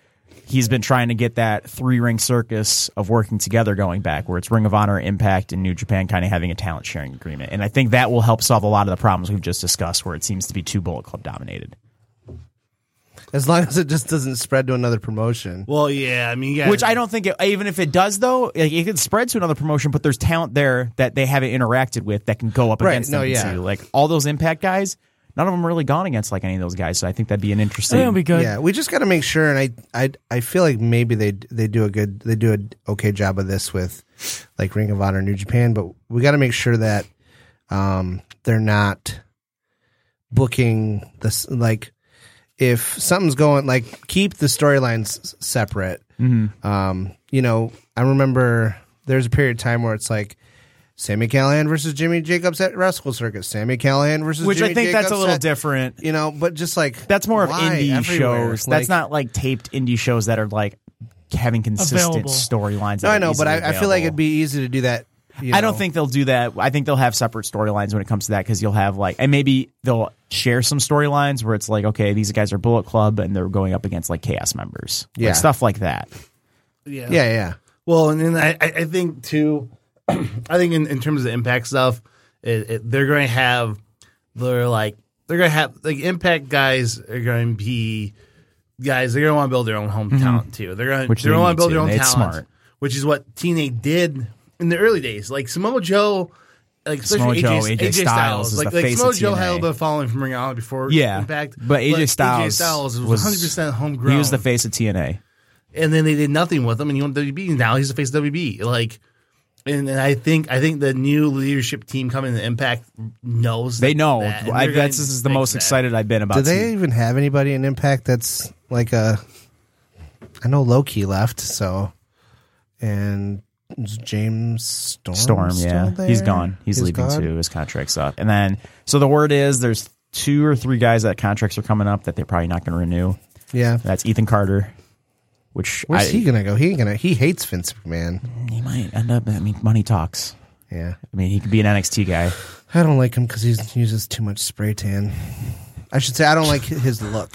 Speaker 12: he's been trying to get that three ring circus of working together going back, where it's Ring of Honor, Impact, and New Japan kind of having a talent sharing agreement. And I think that will help solve a lot of the problems we've just discussed, where it seems to be too Bullet Club dominated.
Speaker 8: As long as it just doesn't spread to another promotion.
Speaker 10: Well, yeah, I mean, yeah.
Speaker 12: Which I don't think, it, even if it does, though, like, it could spread to another promotion. But there's talent there that they haven't interacted with that can go up
Speaker 8: Right,
Speaker 12: against
Speaker 8: no,
Speaker 12: them.
Speaker 8: yeah.
Speaker 12: too. like all those Impact guys, none of them really gone against like any of those guys. So I think that'd be an interesting.
Speaker 8: Yeah, we just got to make sure. And I, I, I feel like maybe they they do a good, they do an okay job of this with like Ring of Honor, New Japan, but we got to make sure that um, they're not booking this. Like, if something's going, like, keep the storylines s- separate.
Speaker 14: Mhm.
Speaker 12: Mm-hmm.
Speaker 8: Um, you know, I remember there's a period of time where it's like. Sammy Callahan versus Jimmy Jacobs at Wrestle Circuit. Sammy Callahan versus
Speaker 12: Which I
Speaker 8: Jimmy
Speaker 12: think that's a
Speaker 8: Jacobs
Speaker 12: little
Speaker 8: at-
Speaker 12: different,
Speaker 8: you know. But just like
Speaker 12: that's more of
Speaker 8: why
Speaker 12: indie
Speaker 8: everywhere?
Speaker 12: shows.
Speaker 8: Like-
Speaker 12: that's not like taped indie shows that are like having consistent
Speaker 8: Available.
Speaker 12: storylines.
Speaker 8: No,
Speaker 12: that
Speaker 8: I
Speaker 12: are
Speaker 8: know, but
Speaker 12: easily
Speaker 8: I, I feel like
Speaker 12: available.
Speaker 8: it'd be easy to do that. you
Speaker 12: I don't
Speaker 8: know.
Speaker 12: think they'll do that. I think they'll have separate storylines when it comes to that because you'll have like, and maybe they'll share some storylines where it's like, okay, these guys are Bullet Club and they're going up against like Chaos members, Like,
Speaker 10: Yeah.
Speaker 12: stuff like that.
Speaker 10: Yeah.
Speaker 12: Yeah, yeah.
Speaker 10: Well, and then I, I I think too, I think in, in terms of impact stuff, it, it, they're going to have, they're like they're going to have like impact guys are going to be guys they're going to want to build their own home
Speaker 12: Mhm.
Speaker 10: talent too. They're going
Speaker 12: Which
Speaker 10: to they're
Speaker 12: they
Speaker 10: going to want to
Speaker 12: need
Speaker 10: build their
Speaker 12: to,
Speaker 10: own
Speaker 12: and it's
Speaker 10: talent,
Speaker 12: smart.
Speaker 10: which is what TNA did in the early days. Like Samoa Joe. Like especially
Speaker 12: Samoa Joe,
Speaker 10: AJ,
Speaker 12: AJ Styles is
Speaker 10: like,
Speaker 12: the
Speaker 10: like
Speaker 12: face
Speaker 10: Samoa
Speaker 12: of
Speaker 10: Joe
Speaker 12: TNA.
Speaker 10: had a little bit of following from Ring of Honor before
Speaker 12: Yeah,
Speaker 10: Impact,
Speaker 12: but AJ Styles
Speaker 10: Styles was
Speaker 12: was-
Speaker 10: 100 percent homegrown
Speaker 12: He was the face of TNA.
Speaker 10: and then they did nothing with him, and he went to WB. And now he's the face of WB. Like, and, and I think I think the new leadership team coming to Impact knows
Speaker 12: They know.
Speaker 10: that, and they're
Speaker 12: I, that's
Speaker 10: gonna
Speaker 12: this is the
Speaker 10: fix
Speaker 12: most
Speaker 10: that.
Speaker 12: excited I've been about.
Speaker 8: Do they even have anybody in Impact that's like a? I know Loki left, so and is James Storm.
Speaker 12: Storm,
Speaker 8: still
Speaker 12: yeah, he's
Speaker 8: there?
Speaker 12: gone. He's, leaving
Speaker 8: gone?
Speaker 12: too. His contract's up, and then so the word is there's two or three guys that contracts are coming up that they're probably not going to renew.
Speaker 8: Yeah.
Speaker 12: that's Ethan Carter. Which
Speaker 8: Where's
Speaker 12: I-
Speaker 8: he gonna go? He ain't gonna. He hates Vince McMahon.
Speaker 12: He might end up. I mean, money talks.
Speaker 8: Yeah,
Speaker 12: I mean, he could be an NXT guy.
Speaker 8: I don't like him because he uses too much spray tan. I should say I don't like his look.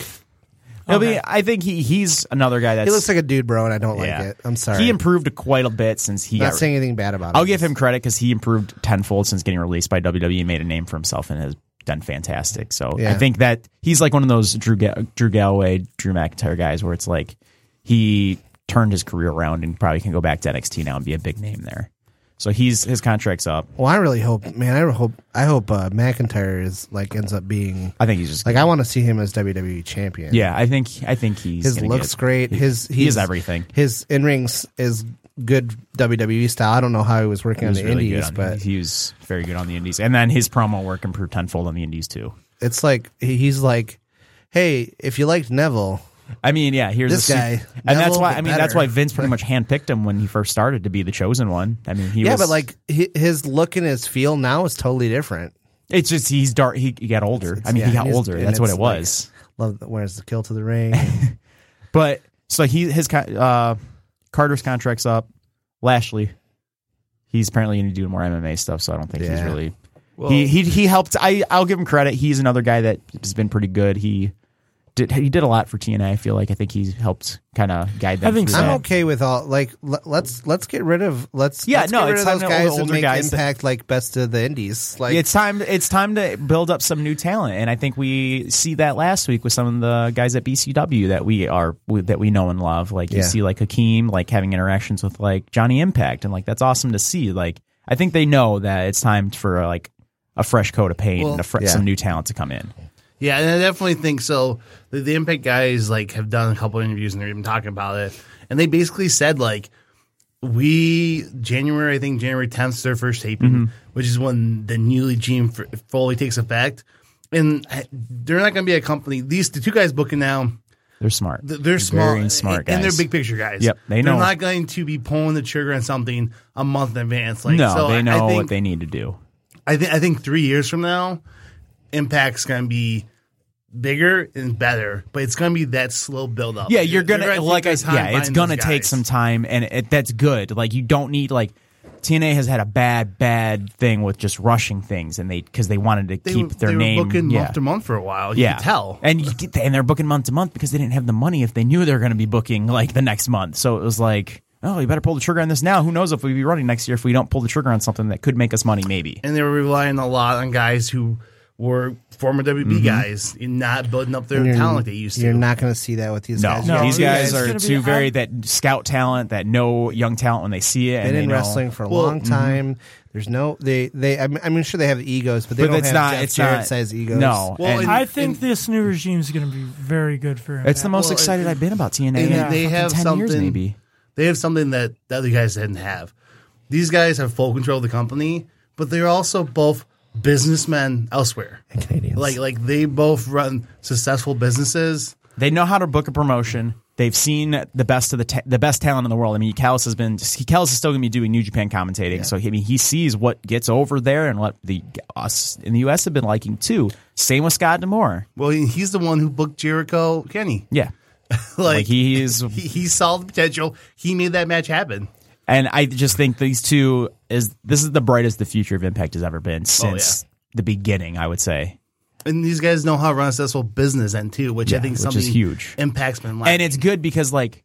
Speaker 12: He'll be- I think he he's another guy that's
Speaker 8: he looks like a dude, bro, and I don't
Speaker 12: yeah.
Speaker 8: like it. I'm sorry.
Speaker 12: He improved quite a bit since he
Speaker 8: Not
Speaker 12: got
Speaker 8: saying anything bad about
Speaker 12: E I'll
Speaker 8: him.
Speaker 12: give him credit because he improved tenfold since getting released by WWE. He made a name for himself and has done fantastic. So I
Speaker 8: Yeah.
Speaker 12: think that he's like one of those Drew Ga- Drew Galloway, Drew McIntyre guys where it's like he turned his career around and probably can go back to NXT now and be a big name there. So he's his contract's up.
Speaker 8: Well, I really hope, man. I hope, I hope uh, McIntyre is like ends up being.
Speaker 12: I think he's just
Speaker 8: like I want to see him as WWE champion.
Speaker 12: Yeah, I think I think he's
Speaker 8: his
Speaker 12: gonna
Speaker 8: looks
Speaker 12: get-
Speaker 8: great.
Speaker 12: he-
Speaker 8: His
Speaker 12: he is
Speaker 8: he's-
Speaker 12: everything.
Speaker 8: His in rings is good WWE style. I don't know how he was working
Speaker 12: He was
Speaker 8: on the
Speaker 12: really good
Speaker 8: indies,
Speaker 12: on-
Speaker 8: but
Speaker 12: he was very good on the indies, and then his promo work improved tenfold on the indies too.
Speaker 8: it's like he- he's like, hey, if you liked Neville,
Speaker 12: I mean, yeah, here's
Speaker 8: This
Speaker 12: a su-
Speaker 8: guy,
Speaker 12: and that's
Speaker 8: Neville,
Speaker 12: why
Speaker 8: but
Speaker 12: I mean that's
Speaker 8: better.
Speaker 12: why Vince pretty much handpicked him when he first started to be the chosen one. I mean, he
Speaker 8: yeah,
Speaker 12: was,
Speaker 8: but like hi- his look and his feel now is totally different.
Speaker 12: it's just he's dark. He, he got older. I mean,
Speaker 8: yeah,
Speaker 12: he got
Speaker 8: he's-
Speaker 12: older.
Speaker 8: and
Speaker 12: That's what
Speaker 8: it's
Speaker 12: it was.
Speaker 8: Like, love that wears the kill to the ring.
Speaker 12: but so he his con- uh, Carter's contract's up. Lashley, he's apparently going to do more MMA stuff, so I don't think he's
Speaker 8: Yeah.
Speaker 12: really.
Speaker 8: Well-
Speaker 12: he he he helped. I I'll give him credit. He's another guy that has been pretty good. He. Did, he did a lot for TNA. I feel like I think he helped kind of guide them. through
Speaker 8: I'm
Speaker 12: that.
Speaker 8: okay with all like l- let's let's get rid of let's
Speaker 12: Yeah,
Speaker 8: let's
Speaker 12: no,
Speaker 8: get rid
Speaker 12: it's
Speaker 8: of
Speaker 12: time
Speaker 8: those
Speaker 12: to all the
Speaker 8: guys and
Speaker 12: older
Speaker 8: make
Speaker 12: guys that-
Speaker 8: impact like best of the indies. Like
Speaker 12: it's time. It's time to build up some new talent, and I think we see that last week with some of the guys at BCW that we are that we know and love. Like you
Speaker 8: Yeah.
Speaker 12: see, like Hakeem, like having interactions with like Johnny Impact, and like that's awesome to see. Like I think they know that it's time for like a fresh coat of paint
Speaker 10: Well-
Speaker 12: and a fre-
Speaker 10: Yeah.
Speaker 12: some new talent to come in.
Speaker 10: Yeah, and I definitely think so. The, the Impact guys like have done a couple interviews and they're even talking about it, and they basically said like, we January I think January tenth is their first taping,
Speaker 12: Mhm.
Speaker 10: which is when the new regime f- fully takes effect, and I, they're not going to be a company. These the two guys booking now.
Speaker 12: They're smart.
Speaker 10: Th- They're smart,
Speaker 12: Very smart
Speaker 10: and- and they're
Speaker 12: guys.
Speaker 10: big picture guys.
Speaker 12: Yep, they know.
Speaker 10: They're not going to be pulling the trigger on something a month in advance. Like,
Speaker 12: no,
Speaker 10: so I-
Speaker 12: they
Speaker 10: I
Speaker 12: know
Speaker 10: think-
Speaker 12: what they need to do.
Speaker 10: I think I think three years from now, Impact's gonna be bigger and better, but it's gonna be that slow build up.
Speaker 12: Yeah, you're gonna like I said, yeah, it's gonna take some time, and it, that's good. Like you don't need like TNA has had a bad, bad thing with just rushing things, and they because they wanted to
Speaker 10: They
Speaker 12: keep
Speaker 10: were-
Speaker 12: their
Speaker 10: they were
Speaker 12: name.
Speaker 10: booking
Speaker 12: yeah.
Speaker 10: month to month for a while. You
Speaker 12: yeah,
Speaker 10: could tell.
Speaker 12: and you get and they're booking month to month because they didn't have the money if they knew they were going to be booking like the next month. So it was like, oh, you better pull the trigger on this now. Who knows if we'll be running next year if we don't pull the trigger on something that could make us money? Maybe.
Speaker 10: and they were relying a lot on guys who were former WB
Speaker 12: Mhm.
Speaker 10: guys and not building up their
Speaker 8: And you're-
Speaker 10: talent like they used to.
Speaker 8: You're not going to see that with these
Speaker 12: No,
Speaker 8: guys.
Speaker 12: these guys are too very that scout talent that know young talent when they see it.
Speaker 8: They've
Speaker 12: and
Speaker 8: been in
Speaker 12: they know-
Speaker 8: wrestling for a long
Speaker 12: mm-hmm.
Speaker 8: time. There's no they they. I'm, I'm sure they have egos, but they
Speaker 12: But
Speaker 8: don't
Speaker 12: it's
Speaker 8: have
Speaker 12: not-
Speaker 8: Jeff
Speaker 12: it's
Speaker 8: Jarrett
Speaker 12: not-
Speaker 8: size egos.
Speaker 12: no. Well, and-
Speaker 11: I think this new regime is going to be very good for him.
Speaker 12: It's the most excited I've been about TNA.
Speaker 10: And
Speaker 12: in
Speaker 10: they- they
Speaker 12: fucking
Speaker 10: have
Speaker 12: 10
Speaker 10: something.
Speaker 12: years maybe.
Speaker 10: They have something that the other guys didn't have. These guys have full control of the company, but they're also both businessmen elsewhere. And Canadians. Like like they both run successful businesses.
Speaker 12: They know how to book a promotion. They've seen the best of the ta- the best talent in the world. I mean, Callis has been he, Callis is still going to be doing New Japan commentating, so he, I mean, he sees what gets over there and what the us in the U.S. have been liking too. Same with Scott Demore.
Speaker 10: Well, he- he's the one who booked Jericho Kenny.
Speaker 12: Yeah,
Speaker 10: like,
Speaker 12: he is,
Speaker 10: He, he saw the potential. He made that match happen.
Speaker 12: and I just think these two is this is the brightest the future of Impact has ever
Speaker 10: Oh,
Speaker 12: been since the beginning. I would say.
Speaker 10: And these guys know how to run a successful business then too, which I
Speaker 12: Yeah,
Speaker 10: think
Speaker 12: which is
Speaker 10: something
Speaker 12: huge.
Speaker 10: impacts been like.
Speaker 12: and it's good because like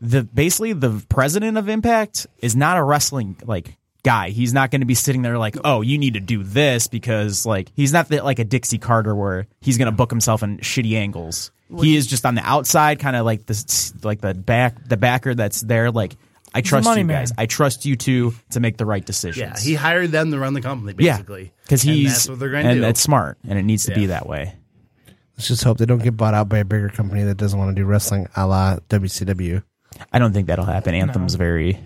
Speaker 12: the basically the president of impact is not a wrestling like guy he's not going to be sitting there like oh you need to do this because like he's not the, like a dixie carter where he's going to book himself in shitty angles he is just on the outside kind of like this like the back the backer that's there like i
Speaker 10: He's a
Speaker 12: trust
Speaker 10: money
Speaker 12: you guys
Speaker 10: man.
Speaker 12: i trust you two to make the right decisions
Speaker 10: Yeah, he hired them to run the company basically.
Speaker 12: because
Speaker 10: And
Speaker 12: he's
Speaker 10: that's what they're going to
Speaker 12: and
Speaker 10: do.
Speaker 12: that's smart and it needs to be that way
Speaker 8: Let's just hope they don't get bought out by a bigger company that doesn't want to do wrestling, a la WCW.
Speaker 12: I don't think that'll happen. Anthem's very.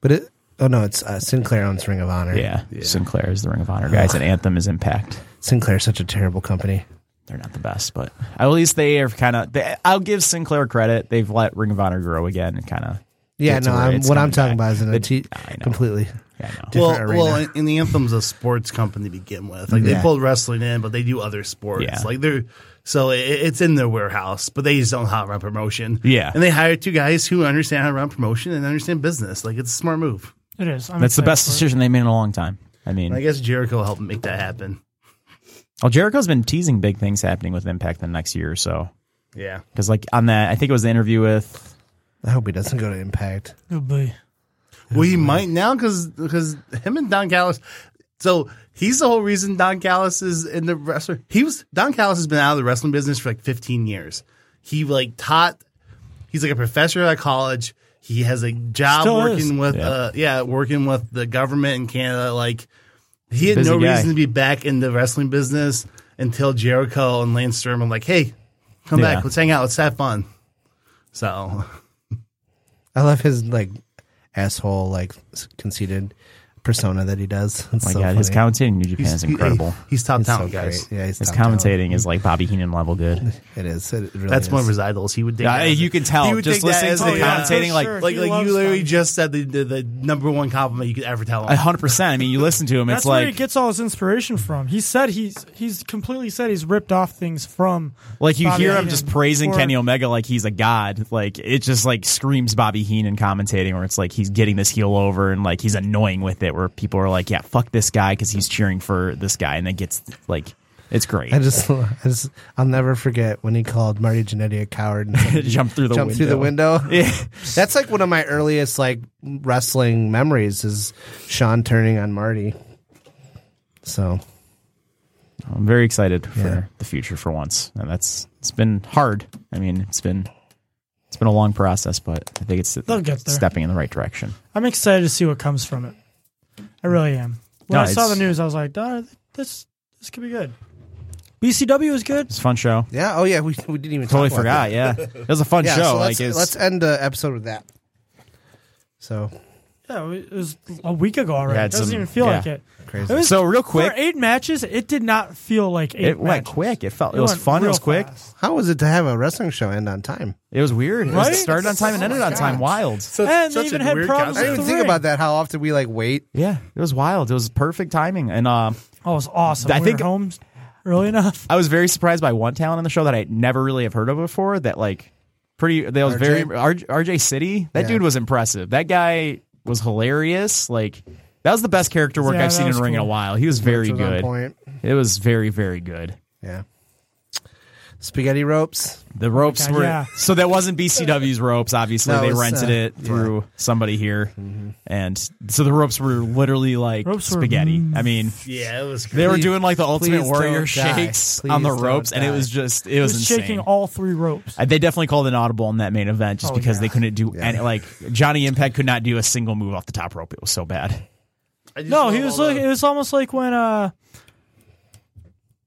Speaker 8: But it. Oh no, it's uh, Sinclair owns Ring of Honor.
Speaker 12: yeah, sinclair is the ring of honor guys and anthem is impact
Speaker 8: Sinclair's such a terrible company.
Speaker 12: They're not the best, but at least they are kind of. I'll give Sinclair credit. They've let Ring of Honor grow again and kind of.
Speaker 8: Yeah, no, I'm, what I'm talking about is in a t- completely different
Speaker 10: well,
Speaker 8: arena.
Speaker 10: well, and- and the Anthem's a sports company to begin with. Like
Speaker 8: Yeah.
Speaker 10: they pulled wrestling in, but they do other sports.
Speaker 8: Yeah.
Speaker 10: Like they're so it, it's in their warehouse, but they just don't know how to run promotion.
Speaker 12: Yeah.
Speaker 10: and they hired two guys who understand how to run promotion and understand business. Like it's a smart move.
Speaker 11: It is.
Speaker 12: That's the best decision they made in a long time. I mean,
Speaker 10: And I guess Jericho helped make that happen.
Speaker 12: well, Jericho's been teasing big things happening with Impact the next year or so.
Speaker 10: Yeah.
Speaker 12: because like on that, I think it was the interview with.
Speaker 8: I hope he doesn't go to Impact.
Speaker 11: Oh boy.
Speaker 10: Well, he might now because because him and Don Callis. So he's the whole reason Don Callis is in the wrestler. He was Don Callis has been out of the wrestling business for like 15 years. He like taught. He's like a professor at a college. He has a job
Speaker 5: Still
Speaker 10: working
Speaker 5: is.
Speaker 10: with
Speaker 5: Yeah.
Speaker 10: uh yeah working with the government in Canada. Like he had
Speaker 5: Busy
Speaker 10: no
Speaker 5: guy.
Speaker 10: reason to be back in the wrestling business until Jericho and Lance Sturm were like, hey, come
Speaker 8: Yeah.
Speaker 10: back, let's hang out, let's have fun. So
Speaker 8: I love his like asshole, like s- conceited persona that he does. It's
Speaker 12: Oh my
Speaker 8: so
Speaker 12: God, his
Speaker 8: funny.
Speaker 12: commentating in New Japan is incredible.
Speaker 10: he's top talent,
Speaker 8: great.
Speaker 10: guys.
Speaker 8: Yeah, he's
Speaker 12: his
Speaker 8: top
Speaker 12: commentating
Speaker 8: talent.
Speaker 12: is like Bobby Heenan level good.
Speaker 8: It is. It really
Speaker 10: That's
Speaker 8: is.
Speaker 10: one of his idols. He would think
Speaker 12: Yeah,
Speaker 10: that as
Speaker 12: you
Speaker 10: a-
Speaker 12: can tell.
Speaker 10: he would
Speaker 12: Just
Speaker 10: think that
Speaker 12: listening
Speaker 10: as
Speaker 12: to the
Speaker 10: a- yeah.
Speaker 12: commentating, For like- sure.
Speaker 10: like,
Speaker 12: He
Speaker 10: like
Speaker 12: loves
Speaker 10: you literally just said the, the the number one compliment you could ever tell him.
Speaker 12: hundred percent. I mean, you listen to him,
Speaker 11: That's
Speaker 12: it's
Speaker 11: where
Speaker 12: like
Speaker 11: he gets all his inspiration from. He said he's he's completely said he's ripped off things from
Speaker 12: Like you
Speaker 11: Bobby
Speaker 12: hear him
Speaker 11: Heenan
Speaker 12: just praising
Speaker 11: or-
Speaker 12: Kenny Omega like he's a god. Like it just like screams Bobby Heenan commentating, where it's like he's getting this heel over and like he's annoying with it, where people are like, "Yeah, fuck this guy" because he's cheering for this guy, and it gets like it's great.
Speaker 8: I just, I just, I'll never forget when he called Marty Jannetty a coward and somebody
Speaker 12: Jumped through the
Speaker 8: jumped through the
Speaker 12: window.
Speaker 8: window. Yeah, that's like one of my earliest like wrestling memories is Sean turning on Marty. So
Speaker 12: I'm very excited for
Speaker 8: Yeah.
Speaker 12: the future for once, and that's it's been hard. I mean, it's been it's been a long process, but I think it's
Speaker 11: They'll get there.
Speaker 12: stepping in the right direction.
Speaker 11: I'm excited to see what comes from it. I really am. When
Speaker 12: No,
Speaker 11: I saw
Speaker 12: it's-
Speaker 11: the news, I was like, "Duh, this this could be good. BCW is good.
Speaker 12: It's a fun show.
Speaker 8: yeah, oh yeah, we, we didn't even
Speaker 12: Totally
Speaker 8: talk about
Speaker 12: forgot.
Speaker 8: that.
Speaker 12: Yeah, it was a fun
Speaker 8: Yeah,
Speaker 12: show.
Speaker 8: So
Speaker 12: like,
Speaker 8: let's,
Speaker 12: it's,
Speaker 8: let's end the episode with that. So
Speaker 11: Yeah, it was a week ago already.
Speaker 12: Yeah,
Speaker 11: it
Speaker 12: it's
Speaker 11: doesn't
Speaker 12: a-
Speaker 11: even feel
Speaker 12: yeah.
Speaker 11: like it.
Speaker 12: Crazy.
Speaker 11: It was-
Speaker 12: So, real quick-
Speaker 11: for eight matches, it did not feel like eight.
Speaker 12: it went
Speaker 11: matches.
Speaker 12: quick. It felt it,
Speaker 11: It
Speaker 12: was
Speaker 11: went
Speaker 12: fun. It
Speaker 11: real
Speaker 12: was quick.
Speaker 8: how was it to have a wrestling show end on time?
Speaker 12: It was weird. It was-
Speaker 8: Right?
Speaker 12: it started on time and ended on time. Wild.
Speaker 11: and they even had problems.
Speaker 8: I didn't
Speaker 11: with
Speaker 8: even
Speaker 11: the
Speaker 8: think
Speaker 11: ring.
Speaker 8: about that. How often we like wait?
Speaker 12: Yeah, it was wild. It was perfect timing, and um,
Speaker 11: Oh, it was awesome.
Speaker 12: I
Speaker 11: we
Speaker 12: think-
Speaker 11: were home early enough.
Speaker 12: I was very surprised by one talent on the show that I never really have heard of before. That like pretty. That was
Speaker 11: RJ?
Speaker 12: very R- RJ City. That
Speaker 11: Yeah.
Speaker 12: dude was impressive. That guy was hilarious. Like that was the best character work
Speaker 8: Yeah,
Speaker 12: I've
Speaker 8: that
Speaker 12: seen in
Speaker 8: was
Speaker 12: Ring in a
Speaker 8: cool.
Speaker 12: while. He was very
Speaker 8: Which was on
Speaker 12: good.
Speaker 8: point.
Speaker 12: It was very very good.
Speaker 8: Yeah. Spaghetti ropes.
Speaker 12: The ropes
Speaker 8: God,
Speaker 12: were
Speaker 8: yeah.
Speaker 12: so that wasn't BCW's ropes. Obviously,
Speaker 8: No, it
Speaker 12: they
Speaker 8: was,
Speaker 12: rented
Speaker 8: uh,
Speaker 12: it through somebody here,
Speaker 10: Mm-hmm.
Speaker 12: and so the ropes were literally like
Speaker 10: Ropes were-
Speaker 12: spaghetti. I mean,
Speaker 10: Yeah, it was
Speaker 12: They were
Speaker 10: great.
Speaker 12: doing like the Ultimate
Speaker 10: Please
Speaker 12: Warrior
Speaker 10: don't die.
Speaker 12: shakes
Speaker 10: Please
Speaker 12: on the
Speaker 10: don't
Speaker 12: ropes, and it
Speaker 10: die.
Speaker 12: was just it
Speaker 11: He
Speaker 12: was,
Speaker 11: was
Speaker 12: insane.
Speaker 11: shaking all three ropes.
Speaker 12: Uh, They definitely called an audible in that main event just
Speaker 11: Oh,
Speaker 12: because
Speaker 11: yeah.
Speaker 12: they couldn't do any. Like Johnny Impact could not do a single move off the top rope. It was so bad.
Speaker 11: No, he was like it was almost like when uh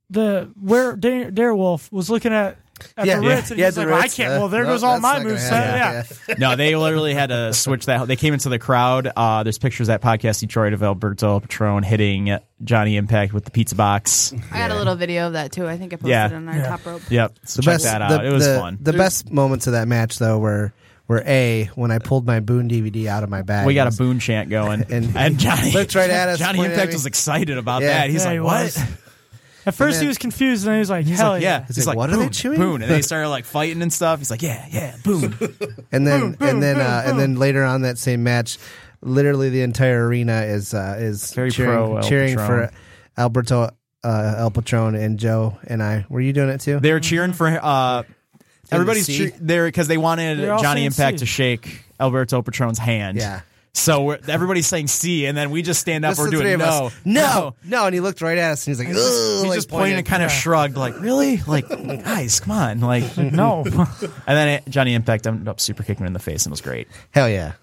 Speaker 11: the where Dare, Darewolf was looking at, at
Speaker 8: Yeah.
Speaker 11: the
Speaker 8: Yeah.
Speaker 11: Ritz and
Speaker 8: Yeah,
Speaker 11: he's
Speaker 8: the
Speaker 11: like, well, I
Speaker 8: Ritz,
Speaker 11: can't.
Speaker 8: uh,
Speaker 11: well, there
Speaker 8: no,
Speaker 11: goes all
Speaker 8: that's
Speaker 11: my
Speaker 8: not gonna
Speaker 11: moves.
Speaker 8: happen.
Speaker 11: yeah.
Speaker 8: Yeah.
Speaker 12: no, they literally had to switch that. They came into the crowd. Uh, there's pictures at Podcast Detroit of Alberto Patron hitting Johnny Impact with the pizza box.
Speaker 13: I got a little video of that too. I think I posted
Speaker 12: Yeah.
Speaker 13: on our
Speaker 12: Yeah.
Speaker 13: top rope.
Speaker 12: Yep. So check that out. it was
Speaker 8: the,
Speaker 12: fun.
Speaker 8: The best moments of that match though were were a when I pulled my Boone DVD out of my bag.
Speaker 12: We got a Boone chant going, and, Johnny
Speaker 8: looked right at us,
Speaker 12: Johnny
Speaker 8: pointed at
Speaker 12: Impact
Speaker 8: me.
Speaker 12: was excited about
Speaker 8: Yeah.
Speaker 12: that. He's
Speaker 8: Yeah,
Speaker 12: like,
Speaker 8: he
Speaker 12: "What?"
Speaker 8: was.
Speaker 11: At first
Speaker 12: then-
Speaker 11: he was confused, and then he was like,
Speaker 12: He's
Speaker 11: "Hell
Speaker 8: Oh,
Speaker 12: like, "Yeah." He's like,
Speaker 8: "What are they
Speaker 12: "Boone,
Speaker 8: chewing?"
Speaker 12: Boone, and they started like fighting and stuff. He's like, "Yeah, yeah, boom."
Speaker 8: and then and then uh, and then later on that same match, literally the entire arena is uh, is
Speaker 12: Very
Speaker 8: cheering,
Speaker 12: pro El
Speaker 8: cheering
Speaker 12: Patron.
Speaker 8: for Alberto uh, El Patron and Joe and I. Were you doing it too?
Speaker 12: They're cheering for uh, everybody's
Speaker 8: see?
Speaker 12: che- there because they wanted
Speaker 8: They're all
Speaker 12: Johnny
Speaker 8: saying C.
Speaker 12: Impact to shake Alberto Patron's hand.
Speaker 8: Yeah.
Speaker 12: So we're, everybody's saying C, and then we just stand up.
Speaker 8: Just
Speaker 12: we're
Speaker 8: the
Speaker 12: doing
Speaker 8: three of
Speaker 12: no,
Speaker 8: us. no, no, and he looked right at us and he's like,
Speaker 12: He's
Speaker 8: "Ugh,"
Speaker 12: just,
Speaker 8: like
Speaker 12: pointing and kind of shrugged, like, "Really? Like, guys, come on!" Like,
Speaker 11: no. and
Speaker 12: then it, Johnny Impact ended up super kicking him in the face, and it was great.
Speaker 8: Hell yeah,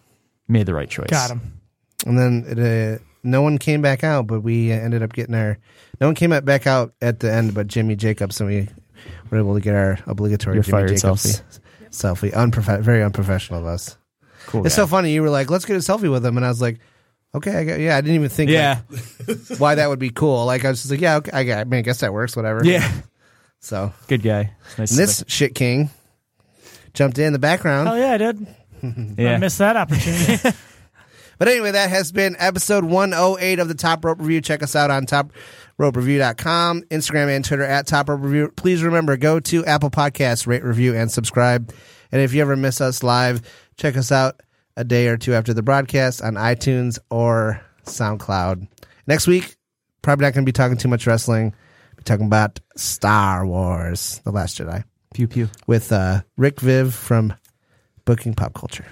Speaker 12: made the right choice.
Speaker 11: Got him.
Speaker 8: And then it, uh, no one came back out, but we ended up getting our. No one came out- back out at the end, but Jimmy Jacobs, and we were able to get our obligatory
Speaker 12: Your
Speaker 8: Jimmy
Speaker 12: fired
Speaker 8: Jacobs selfie.
Speaker 12: selfie.
Speaker 8: Unprof- very unprofessional of us.
Speaker 12: Cool.
Speaker 8: It's
Speaker 12: guy.
Speaker 8: so funny. You were like, "Let's get a selfie with him," and I was like, "Okay, I got, yeah." I didn't even think,
Speaker 12: Yeah.
Speaker 8: like, why that would be cool. Like I was just like, "Yeah, okay, I, got, I mean, I guess that works. Whatever."
Speaker 12: Yeah.
Speaker 8: So
Speaker 12: good guy. Nice
Speaker 8: And this shit king jumped in the background.
Speaker 11: Hell yeah, I did. I missed that opportunity.
Speaker 8: But anyway, that has been episode 108 of the Top Rope Review. Check us out on topropereview.com, Instagram and Twitter at Top Rope Review. Please remember, go to Apple Podcasts, rate, review, and subscribe. And if you ever miss us live, check us out a day or two after the broadcast on iTunes or SoundCloud. Next week, probably not going to be talking too much wrestling. Be talking about Star Wars: The Last Jedi.
Speaker 12: Pew pew.
Speaker 8: With uh, Rick Viv from Booking Pop Culture.